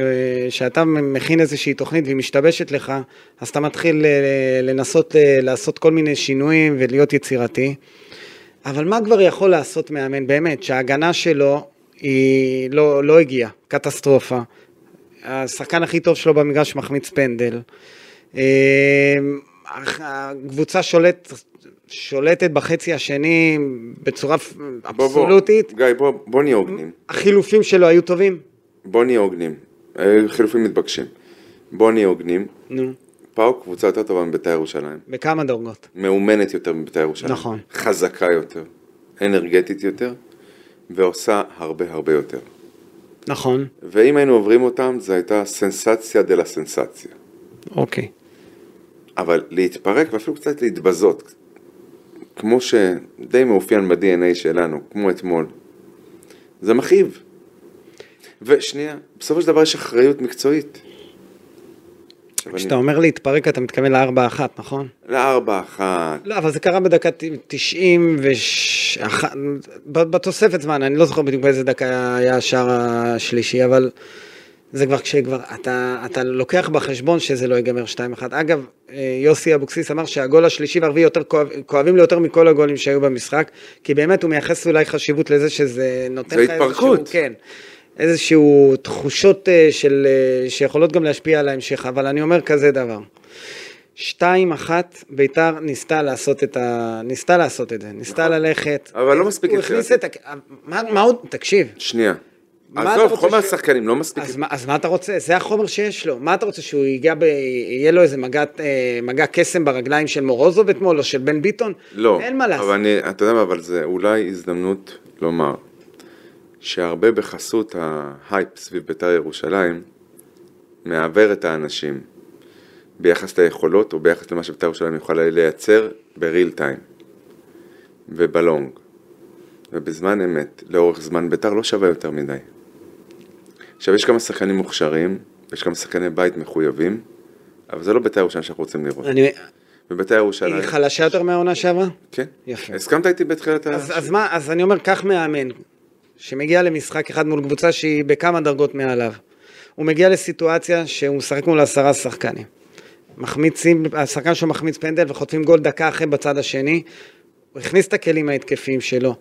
Speaker 2: שאתה מכין איזושהי תוכנית והיא משתבשת לך, אז אתה מתחיל אה, לנסות אה, לעשות כל מיני שינויים ולהיות יצירתי. אבל מה כבר יכול לעשות מאמן באמת, שההגנה שלו היא לא, לא הגיעה, קטסטרופה. השחקן הכי טוב שלו במגרש מחמיץ פנדל. אה, הח- הקבוצה שולט, שולטת בחצי השני בצורה פ-
Speaker 3: בוא, בוא.
Speaker 2: אבסולוטית.
Speaker 3: גיא, בוא בוא נהיה הוגנים.
Speaker 2: החילופים שלו היו טובים.
Speaker 3: בוא נהיה הוגנים. אה, חילופים מתבקשים. בוא נהיה הוגנים.
Speaker 2: נו,
Speaker 3: פאוק קבוצה יותר טובה מבית"ר ירושלים.
Speaker 2: בכמה דרגות.
Speaker 3: מאומנת יותר מבית"ר ירושלים.
Speaker 2: נכון.
Speaker 3: חזקה יותר. אנרגטית יותר. ועושה הרבה הרבה יותר.
Speaker 2: נכון.
Speaker 3: ואם היינו עוברים אותם, זו הייתה סנסציה דה לה סנסציה.
Speaker 2: אוקיי.
Speaker 3: אבל להתפרק ואפילו קצת להתבזות, כמו שדי מאופיין ב-DNA שלנו, כמו אתמול, זה מכאיב. ושנייה, בסופו של דבר יש אחריות מקצועית. עכשיו אני-
Speaker 2: כשאתה אומר להתפרק אתה מתכוון לארבע אחת, נכון?
Speaker 3: לארבע, אחת,
Speaker 2: לא, אבל זה קרה בדקה 91, בתוספת זמן, אני לא זוכר בדיוק באיזה דקה היה השער השלישי, אבל זה כבר כשכבר, אתה, אתה לוקח בחשבון שזה לא ייגמר 2-1. אגב, אה, יוסי אבוקסיס אמר שהגול השלישי והרביעי יותר כואב, כואבים לו יותר מכל הגולים שהיו במשחק, כי באמת הוא מייחס אולי חשיבות לזה שזה נותן
Speaker 3: זה
Speaker 2: לך איזשהו,
Speaker 3: התפרקות.
Speaker 2: כן, איזשהו תחושות אה, של, אה, שיכולות גם להשפיע על ההמשך, אבל אני אומר כזה דבר. 2-1, ביתר ניסתה לעשות את ה... ניסתה לעשות את זה, ניסתה ללכת.
Speaker 3: נכון. אבל לא מספיק
Speaker 2: הוא הכניס את ה... מה מה עוד? תקשיב.
Speaker 3: שנייה.
Speaker 2: מה אתה
Speaker 3: עזוב,
Speaker 2: רוצה
Speaker 3: חומר
Speaker 2: ש-
Speaker 3: השחקנים לא מספיק.
Speaker 2: אז מה, אז מה אתה רוצה? זה החומר שיש לו. מה אתה רוצה, שהוא ייגע ב... יהיה לו איזה מגע, אה, מגע קסם ברגליים של מורוזוב אתמול, או של בן ביטון?
Speaker 3: לא,
Speaker 2: אין מה לעשות.
Speaker 3: אבל אני, אתה יודע מה, אבל זה אולי הזדמנות לומר שהרבה בחסות ההייפ סביב בית"ר ירושלים מעוור את האנשים ביחס ליכולות או ביחס למה שבית"ר ירושלים יכולה לייצר בריל טיים ובלונג ובזמן אמת, לאורך זמן, בית"ר לא שווה יותר מדי. עכשיו, יש כמה שחקנים מוכשרים, יש כמה שחקני בית מחויבים, אבל זה לא בית"ר ירושלים שאנחנו רוצים לראות.
Speaker 2: אני...
Speaker 3: ובית"ר ירושלים...
Speaker 2: אה, היא חלשה יותר מהעונה שעברה?
Speaker 3: כן.
Speaker 2: יפה.
Speaker 3: הסכמת איתי בתחילת ה...
Speaker 2: אז, אז מה, אז אני אומר, קח מאמן, שמגיע למשחק אחד מול קבוצה שהיא בכמה דרגות מעליו. הוא מגיע לסיטואציה שהוא משחק מול עשרה שחקנים. מחמיצים, השחקן שלו מחמיץ פנדל וחוטפים גול דקה אחרי בצד השני. הוא הכניס את הכלים ההתקפיים שלו.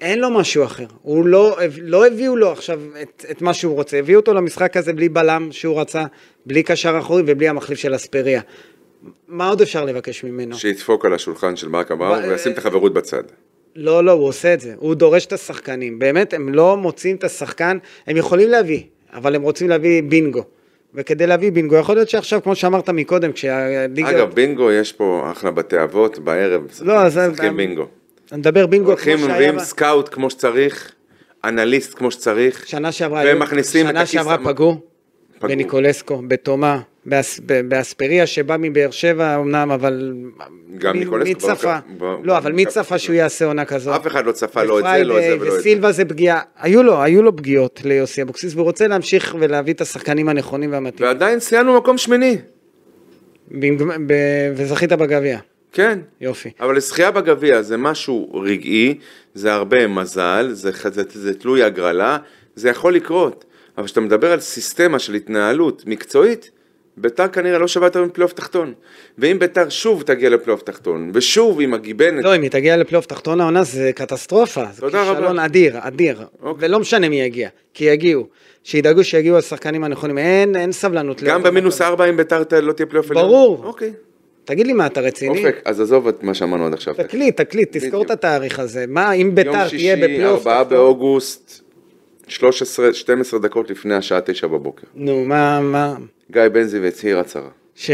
Speaker 2: אין לו משהו אחר. הוא לא, לא הביאו לו עכשיו את, את מה שהוא רוצה. הביאו אותו למשחק הזה בלי בלם שהוא רצה, בלי קשר אחורי ובלי המחליף של אספריה. מה עוד אפשר לבקש ממנו?
Speaker 3: שידפוק על השולחן של ברק אברהם
Speaker 2: ב- אה,
Speaker 3: וישים את החברות בצד.
Speaker 2: לא, לא, הוא עושה את זה. הוא דורש את השחקנים. באמת, הם לא מוצאים את השחקן, הם יכולים להביא, אבל הם רוצים להביא בינגו. וכדי להביא בינגו, יכול להיות שעכשיו, כמו שאמרת מקודם, כשהליגה...
Speaker 3: אגב, בינגו, יש פה אחלה בתי אבות בערב. משחקים-
Speaker 2: זה-
Speaker 3: משחקים בינגו.
Speaker 2: אני מדבר בינגו
Speaker 3: הולכים,
Speaker 2: כמו שהיה...
Speaker 3: מביאים
Speaker 2: ב-
Speaker 3: סקאוט כמו שצריך, אנליסט כמו שצריך.
Speaker 2: שנה שעברה...
Speaker 3: והם
Speaker 2: היו-
Speaker 3: מכניסים את
Speaker 2: שנה
Speaker 3: הכיס
Speaker 2: שעברה
Speaker 3: המ-
Speaker 2: פגעו.
Speaker 3: פגעו.
Speaker 2: בניקולסקו, בתומה, באס, ב- באספריה שבא מבאר שבע אמנם, אבל...
Speaker 3: גם
Speaker 2: מי-
Speaker 3: ניקולסקו
Speaker 2: מי
Speaker 3: כבר לא
Speaker 2: צפה?
Speaker 3: ק- ב-
Speaker 2: לא,
Speaker 3: ב-
Speaker 2: אבל מי
Speaker 3: ב-
Speaker 2: צפה שהוא יעשה עונה כזאת?
Speaker 3: אף אחד לא צפה לא את זה, לא את זה ולא את זה.
Speaker 2: וסילבה זה פגיעה, היו לו, היו לו פגיעות ליוסי אבוקסיס, והוא רוצה להמשיך ולהביא את השחקנים הנכונים והמתאימים.
Speaker 3: ועדיין סיימנו מקום שמיני,
Speaker 2: במגמ- ב- וזכית בגביע,
Speaker 3: כן.
Speaker 2: יופי.
Speaker 3: אבל זכייה בגביע זה משהו רגעי, זה הרבה מזל, זה, ח- זה, זה תלוי הגרלה, זה יכול לקרות. אבל כשאתה מדבר על סיסטמה של התנהלות מקצועית, ביתר כנראה לא שווה יותר מפלייאוף תחתון. ואם ביתר שוב תגיע לפלייאוף תחתון, ושוב עם הגיבנת,
Speaker 2: לא, אם היא תגיע לפלייאוף תחתון העונה זה קטסטרופה. זה
Speaker 3: תודה רבה.
Speaker 2: כישלון אדיר, אדיר.
Speaker 3: אוקיי.
Speaker 2: ולא משנה מי יגיע, כי יגיעו. שידאגו שיגיעו השחקנים הנכונים. אין, אין סבלנות.
Speaker 3: גם
Speaker 2: לעוד
Speaker 3: במינוס
Speaker 2: דבר.
Speaker 3: ארבע אם ביתר ת- לא תהיה פלייאוף עליון.
Speaker 2: ברור.
Speaker 3: אוקיי.
Speaker 2: תגיד לי מה, אתה רציני?
Speaker 3: אופק, אז עזוב את מה שאמרנו עד עכשיו.
Speaker 2: תקליט, תקליט, תזכור
Speaker 3: בדיוק.
Speaker 2: את התאריך הזה. מה, אם ביתר תהיה
Speaker 3: יום שישי,
Speaker 2: בפלייאוף
Speaker 3: 4
Speaker 2: תחתון?
Speaker 3: באוגוסט, 13, 12 דקות לפני השעה 9 בבוקר.
Speaker 2: נו, מה, מה,
Speaker 3: גיא בן זיו הצהיר הצהרה.
Speaker 2: ש...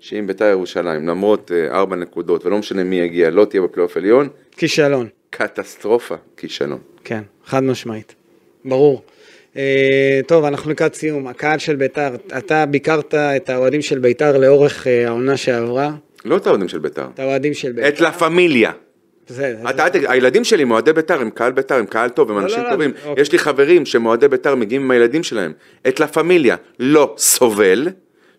Speaker 3: שאם ביתר ירושלים, למרות אה, ארבע נקודות, ולא משנה מי יגיע, לא תהיה בפלייאוף עליון,
Speaker 2: כישלון.
Speaker 3: קטסטרופה, כישלון.
Speaker 2: כן, חד משמעית. ברור. אה, טוב, אנחנו לקראת סיום. הקהל של ביתר, אתה ביקרת את האוהדים של ביתר לאורך אה, העונה שעברה,
Speaker 3: לא את האוהדים של ביתר,
Speaker 2: את האוהדים של ביתר.
Speaker 3: את לה פמיליה.
Speaker 2: זה,
Speaker 3: אתה- אל תגיד, הילדים שלי הם אוהדי ביתר, הם קהל ביתר, הם קהל טוב, הם
Speaker 2: לא,
Speaker 3: אנשים
Speaker 2: לא,
Speaker 3: טובים.
Speaker 2: אוקיי.
Speaker 3: יש לי חברים שהם אוהדי ביתר, מגיעים עם הילדים שלהם. את לה פמיליה לא סובל,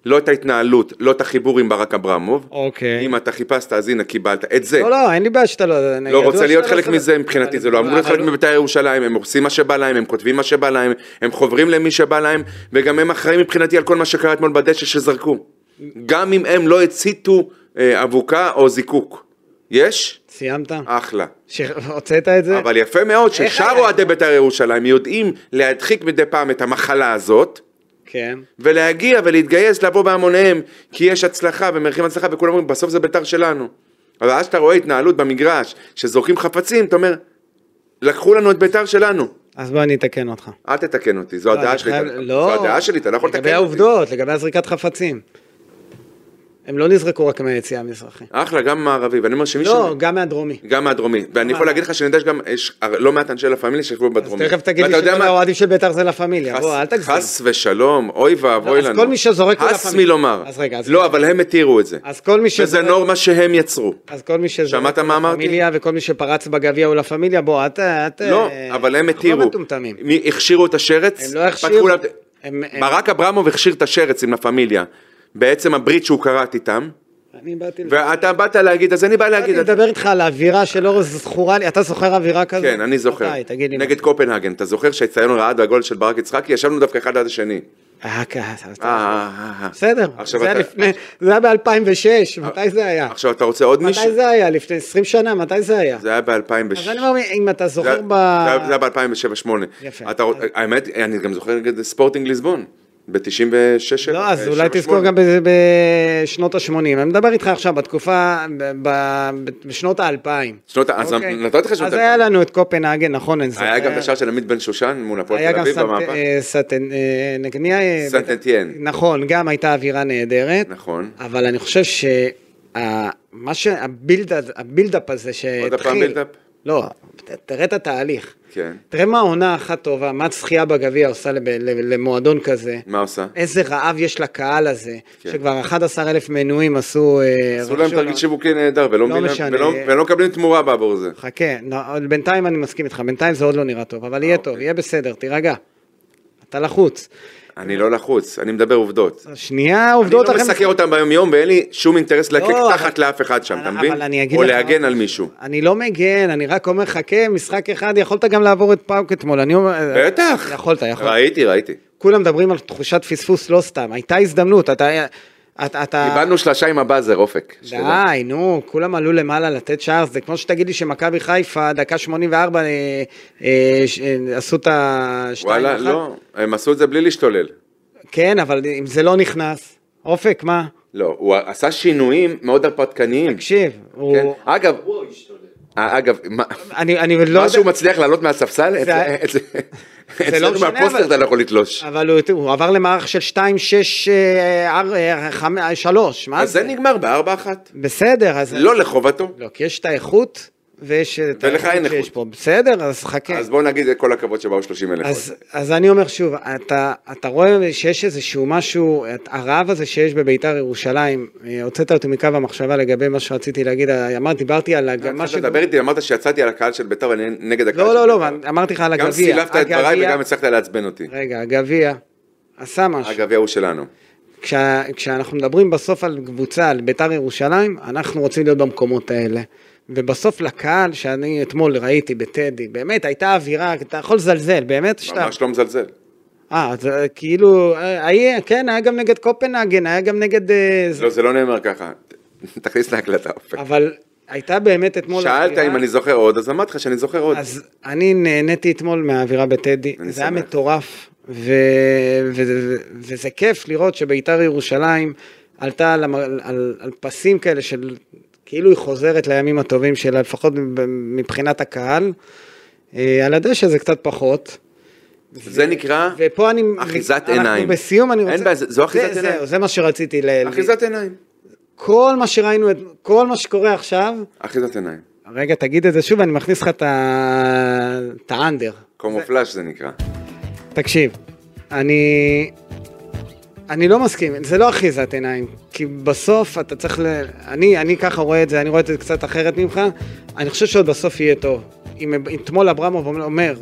Speaker 3: לא את ההתנהלות, לא את החיבור עם ברק אברמוב.
Speaker 2: אוקיי.
Speaker 3: אם אתה חיפשת, אז הנה, קיבלת את זה.
Speaker 2: לא, לא, אין לי בעיה שאתה לא... אני
Speaker 3: לא
Speaker 2: ידוע
Speaker 3: רוצה להיות
Speaker 2: שאתה לא
Speaker 3: חלק
Speaker 2: סובל.
Speaker 3: מזה מבחינתי, זה לא אמור להיות
Speaker 2: אבל-
Speaker 3: חלק מבית"ר ירושלים, הם עושים מה שבא להם, הם כותבים מה שבא להם, הם חוברים למי שבא להם, וגם הם אחראים מבחינתי על כל מה שקרה אתמול בדשא שזרקו. גם אם הם לא הציתו אה, אבוקה או זיקוק. יש?
Speaker 2: סיימת?
Speaker 3: אחלה.
Speaker 2: ש- הוצאת את זה?
Speaker 3: אה. אבל יפה מאוד
Speaker 2: איך
Speaker 3: ששאר
Speaker 2: היה?
Speaker 3: אוהדי בית"ר ירושלים יודעים להדחיק מדי פעם את המחלה הזאת,
Speaker 2: כן.
Speaker 3: ולהגיע ולהתגייס לבוא בהמוניהם כי יש הצלחה ומרחים הצלחה וכולם אומרים בסוף זה ביתר שלנו. אבל אז שאתה רואה התנהלות במגרש שזורקים חפצים אתה אומר לקחו לנו את ביתר שלנו.
Speaker 2: אז בוא אני אתקן אותך.
Speaker 3: אל תתקן אותי זו לא, הדעה
Speaker 2: אני
Speaker 3: שלי.
Speaker 2: חייב-
Speaker 3: אתה-
Speaker 2: לא.
Speaker 3: זו הדעה שלי אתה לא יכול לתקן
Speaker 2: לגבי
Speaker 3: אותי.
Speaker 2: העובדות, לגבי הזריקת חפצים. הם לא נזרקו רק מהיציאה המזרחי.
Speaker 3: אחלה גם מערבי ואני אומר שמי
Speaker 2: לא, גם מהדרומי.
Speaker 3: גם מהדרומי ואני יכול להגיד לך שאני יודע שגם יש לא מעט אנשי לה פמיליה שישבו
Speaker 2: אז
Speaker 3: בדרומי.
Speaker 2: תכף תגיד לי
Speaker 3: ואתה יודע
Speaker 2: שכל
Speaker 3: מה?
Speaker 2: האוהדים של ביתר זה לה פמיליה,
Speaker 3: חס-
Speaker 2: בוא, אל תגזים.
Speaker 3: חס ושלום, אוי ואבוי
Speaker 2: לא, אז
Speaker 3: לנו.
Speaker 2: כל מי שזורק הוא לה
Speaker 3: הס
Speaker 2: פמיליה.
Speaker 3: מלומר.
Speaker 2: אז רגע, אז-
Speaker 3: לא, אבל הם התירו את זה.
Speaker 2: אז כל מי
Speaker 3: וזה
Speaker 2: שזורק...
Speaker 3: נורמה שהם יצרו.
Speaker 2: אז כל מי שזורק...
Speaker 3: שמעת
Speaker 2: הוא לה
Speaker 3: מה אמרתי?
Speaker 2: פמיליה וכל מי שפרץ בגביע הוא לה פמיליה, בוא, אל ת... אל ת-
Speaker 3: לא, אבל הם
Speaker 2: אנחנו אה, לא
Speaker 3: התירו.
Speaker 2: מטומטמים.
Speaker 3: מי- הכשירו את השרץ?
Speaker 2: הם לא הכשירו.
Speaker 3: פתחו לה-
Speaker 2: הם- הם-
Speaker 3: ברק אברמוב הכשיר את השרץ עם לה פמיליה. בעצם הברית שהוא כרת איתם.
Speaker 2: אני באתי...
Speaker 3: ואתה באת להגיד, אז אני בא להגיד...
Speaker 2: אני מדבר איתך על האווירה שלא זכורה לי, אתה זוכר אווירה כזאת?
Speaker 3: כן, אני זוכר.
Speaker 2: מתי? תגיד לי. מה.
Speaker 3: נגד קופנהגן, אתה זוכר שהצטיון רעד והגול של ברק יצחקי? ישבנו דווקא אחד עד השני.
Speaker 2: אה, ככה,
Speaker 3: אה, אה, אה, אה.
Speaker 2: בסדר,
Speaker 3: עכשיו
Speaker 2: זה היה
Speaker 3: אתה- אה,
Speaker 2: לפני, זה היה ב-2006, מתי זה היה?
Speaker 3: עכשיו אתה רוצה עוד מישהו?
Speaker 2: מתי זה היה? לפני 20 שנה, מתי זה היה?
Speaker 3: זה היה ב-2006.
Speaker 2: אז אני אומר, אם אתה
Speaker 3: זה
Speaker 2: זוכר
Speaker 3: היה-
Speaker 2: ב...
Speaker 3: זה היה- זה היה ב-2007-2008.
Speaker 2: יפה.
Speaker 3: האמת, אני גם זוכר נגד ספורטינג ליסבון. ב-96.
Speaker 2: לא, אז אולי תזכור גם בזה בשנות ה-80. אני מדבר איתך עכשיו, בתקופה, ב- ב- בשנות ה-2000.
Speaker 3: שנות ה- אז
Speaker 2: אוקיי.
Speaker 3: נתתי לך שנות
Speaker 2: אז
Speaker 3: ה-
Speaker 2: היה לנו את קופנהגן, נכון, אני זוכר.
Speaker 3: היה גם את השער של עמית בן שושן מול הפועל
Speaker 2: היה
Speaker 3: תל
Speaker 2: גם
Speaker 3: אביב
Speaker 2: סנט-
Speaker 3: במאבק.
Speaker 2: אה, סטן- אה, נגניה, אה,
Speaker 3: סנטטיאן.
Speaker 2: נכון, גם הייתה אווירה נהדרת.
Speaker 3: נכון.
Speaker 2: אבל אני חושב שמה שהבילדאפ הזה שהתחיל...
Speaker 3: עוד הפעם בילדאפ?
Speaker 2: לא, ת- תראה את התהליך.
Speaker 3: כן.
Speaker 2: תראה מה עונה אחת טובה, מה זכייה בגביע עושה לב- ל- למועדון כזה.
Speaker 3: מה עושה?
Speaker 2: איזה רעב יש לקהל הזה,
Speaker 3: כן.
Speaker 2: שכבר 11 אלף מנויים עשו... אה,
Speaker 3: עשו להם
Speaker 2: רכשו
Speaker 3: תרגיל
Speaker 2: לה-
Speaker 3: שיווקי נהדר ולא
Speaker 2: לא
Speaker 3: מבינים-
Speaker 2: משנה.
Speaker 3: ולא- ולא מקבלים תמורה בעבור זה.
Speaker 2: חכה, נ- בינתיים אני מסכים איתך, בינתיים זה עוד לא נראה טוב, אבל יהיה טוב,
Speaker 3: אוקיי.
Speaker 2: יהיה בסדר, תירגע. אתה לחוץ.
Speaker 3: אני לא לחוץ, אני מדבר עובדות.
Speaker 2: שנייה,
Speaker 3: אני לא
Speaker 2: אה, עובדות לכם-
Speaker 3: מסקר אותם ביום יום ואין לי שום אינטרס להקק
Speaker 2: לא,
Speaker 3: תחת
Speaker 2: אבל-
Speaker 3: לאף אחד שם, אתה מבין?
Speaker 2: אבל אני אגיד
Speaker 3: או
Speaker 2: לך-
Speaker 3: להגן על מישהו.
Speaker 2: אני לא מגן, אני רק אומר, חכה, משחק אחד, יכולת גם לעבור את פאוק אתמול, אני אומר...
Speaker 3: בטח.
Speaker 2: אה, יכולת, יכולת.
Speaker 3: ראיתי, ראיתי.
Speaker 2: כולם מדברים על תחושת פספוס, לא סתם, הייתה הזדמנות, אתה... אתה... אתה-
Speaker 3: קיבלנו שלושה עם הבאזר, אופק. שתדע.
Speaker 2: די, נו, כולם עלו למעלה לתת שער, זה כמו שתגיד לי שמכבי חיפה, דקה 84, אה, אה, ש- אה, עשו את ה-2-1.
Speaker 3: וואלה, לא, הם עשו את זה בלי להשתולל.
Speaker 2: כן, אבל אם זה לא נכנס, אופק, מה?
Speaker 3: לא, הוא עשה שינויים מאוד הרפתקניים.
Speaker 2: תקשיב, הוא...
Speaker 3: כן. אגב, אה, אגב, מה-
Speaker 2: אני, אני לא
Speaker 3: מה שהוא מצליח לעלות מהספסל,
Speaker 2: זה-
Speaker 3: אצל- אצל-
Speaker 2: לא
Speaker 3: אצלנו
Speaker 2: משנה,
Speaker 3: מהפוסטר
Speaker 2: אבל- אה,
Speaker 3: אתה לא יכול לתלוש.
Speaker 2: אבל הוא, הוא עבר למערך של אה, 2, 6, 3, מה
Speaker 3: אז
Speaker 2: זה?
Speaker 3: זה נגמר בארבע אחת.
Speaker 2: בסדר, אז...
Speaker 3: לא לחובתו.
Speaker 2: לא, כי יש את האיכות ויש את
Speaker 3: ולך אין
Speaker 2: האיכות שיש
Speaker 3: איכות.
Speaker 2: פה. בסדר, אז חכה.
Speaker 3: אז בוא נגיד כל הכבוד שבאו 30 אלף.
Speaker 2: כן. אז, אז אני אומר שוב, אתה, אתה רואה שיש איזשהו משהו, את- הרעב הזה שיש בביתר ירושלים, אה, הוצאת אותי מקו המחשבה לגבי מה שרציתי להגיד, אמרתי, דיברתי על הג- מה
Speaker 3: מה שדבר איתי, אמרת שיצאתי על הקהל של ביתר ואני נגד הקהל
Speaker 2: לא,
Speaker 3: של
Speaker 2: לא, לא,
Speaker 3: ביתר.
Speaker 2: אמרתי לך על הגביע.
Speaker 3: גם סילפת את דבריי
Speaker 2: הגביע-
Speaker 3: וגם הצלחת לעצבן אותי.
Speaker 2: רגע, הגביע עשה משהו.
Speaker 3: הגביע הוא שלנו.
Speaker 2: כשה, כשאנחנו מדברים בסוף על קבוצה, על ביתר ירושלים, אנחנו רוצים להיות במקומות האלה. ובסוף לקהל, שאני אתמול ראיתי בטדי, באמת הייתה אווירה, אתה יכול לזלזל, באמת שאתה...
Speaker 3: ממש לא מזלזל.
Speaker 2: אה, אז אה, כאילו, אה, היה, כן, היה גם נגד קופנהגן, היה גם נגד... אה, זה-
Speaker 3: לא, זה לא נאמר ככה. [LAUGHS] תכניס להקלטה. אופק.
Speaker 2: אבל הייתה באמת אתמול...
Speaker 3: שאלת
Speaker 2: אווירה-
Speaker 3: אם אני זוכר עוד, אז אמרתי לך שאני זוכר עוד.
Speaker 2: אז אני נהניתי אתמול מהאווירה בטדי,
Speaker 3: אני
Speaker 2: זה היה
Speaker 3: שמח.
Speaker 2: מטורף, ו... וזה... וזה כיף לראות שביתר ירושלים עלתה על, המ... על... על פסים כאלה של כאילו היא חוזרת לימים הטובים שלה, לפחות מבחינת הקהל. אה, על הדשא זה קצת פחות.
Speaker 3: זה נקרא
Speaker 2: ופה אני...
Speaker 3: אחיזת
Speaker 2: אנחנו
Speaker 3: עיניים.
Speaker 2: בסיום, אני רוצה...
Speaker 3: אין בעיה, זה- זו אחיזת
Speaker 2: זה-
Speaker 3: עיניים.
Speaker 2: זהו, זה מה שרציתי ל...
Speaker 3: אחיזת עיניים.
Speaker 2: כל מה שראינו, את- כל מה שקורה עכשיו,
Speaker 3: אחיזת עיניים.
Speaker 2: רגע, תגיד את זה שוב, אני מכניס לך את ה- את האנדר.
Speaker 3: קומופלאז' זה נקרא.
Speaker 2: תקשיב, אני... אני לא מסכים, זה לא אחיזת עיניים, כי בסוף אתה צריך ל... אני, אני ככה רואה את זה, אני רואה את זה קצת אחרת ממך, אני חושב שעוד בסוף יהיה טוב. אם אם אתמול אברמוב אומר,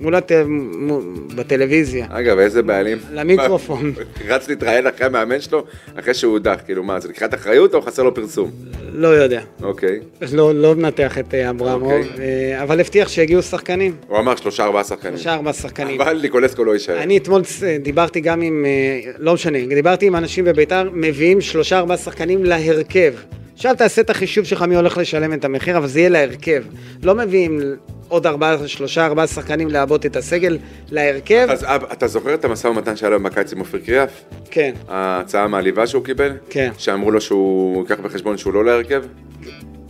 Speaker 2: מול הט... מול- בטלוויזיה,
Speaker 3: אגב, איזה בעלים.
Speaker 2: למיקרופון.
Speaker 3: [LAUGHS] רץ להתראיין אחרי המאמן שלו, אחרי שהוא הודח. כאילו מה, זה לקראת אחריות או חסר לו פרסום?
Speaker 2: לא יודע,
Speaker 3: אוקיי.
Speaker 2: לא, לא מנתח את אה, אברמוב,
Speaker 3: אוקיי.
Speaker 2: אה, אבל הבטיח שיגיעו שחקנים,
Speaker 3: הוא אמר שלושה ארבעה שחקנים.
Speaker 2: שלושה ארבע שחקנים.
Speaker 3: אבל ניקולסקו לא יישאר.
Speaker 2: אני אתמול אה, דיברתי גם עם, אה, לא משנה, דיברתי עם אנשים בביתר, מביאים שלושה ארבעה שחקנים להרכב. עכשיו תעשה את החישוב שלך מי הולך לשלם את המחיר, אבל זה יהיה להרכב. לא מביאים עוד ארבעה, שלושה ארבעה שחקנים לעבות את הסגל להרכב,
Speaker 3: אז אב, אתה זוכר את המשא ומתן שהיה לו בקיץ עם אופיר קריאף?
Speaker 2: כן.
Speaker 3: ההצעה המעליבה שהוא קיבל?
Speaker 2: כן.
Speaker 3: שאמרו לו שהוא ייקח בחשבון שהוא לא להרכב?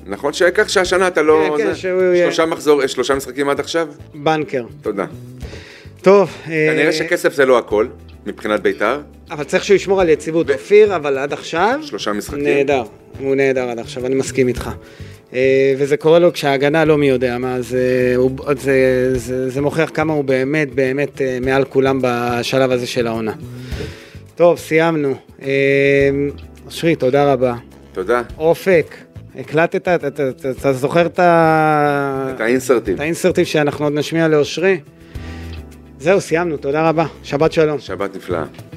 Speaker 3: נכון שכך שהשנה אתה לא...
Speaker 2: כן, כן,
Speaker 3: זה?
Speaker 2: שהוא יהיה-
Speaker 3: שלושה מחזור, אה, שלושה משחקים עד עכשיו?
Speaker 2: בנקר.
Speaker 3: תודה.
Speaker 2: טוב, אה,
Speaker 3: כנראה שכסף זה לא הכל, מבחינת בית"ר.
Speaker 2: אבל צריך שהוא ישמור על יציבות אופיר, אבל עד עכשיו...
Speaker 3: שלושה משחקים.
Speaker 2: נהדר, הוא נהדר עד עכשיו, אני מסכים איתך. אה, וזה קורה לו כשההגנה לא מי יודע מה, אז אה, הוא- אז, אה, זה זה מוכיח כמה הוא באמת באמת אה, מעל כולם בשלב הזה של העונה. טוב, סיימנו. אה, אושרי, תודה רבה.
Speaker 3: תודה.
Speaker 2: אופק, הקלטת? אתה- אתה- אתה- אתה זוכר את ה-
Speaker 3: את האינסרטים.
Speaker 2: את האינסרטיב שאנחנו עוד נשמיע לאושרי? זהו, סיימנו, תודה רבה. שבת שלום.
Speaker 3: שבת נפלאה.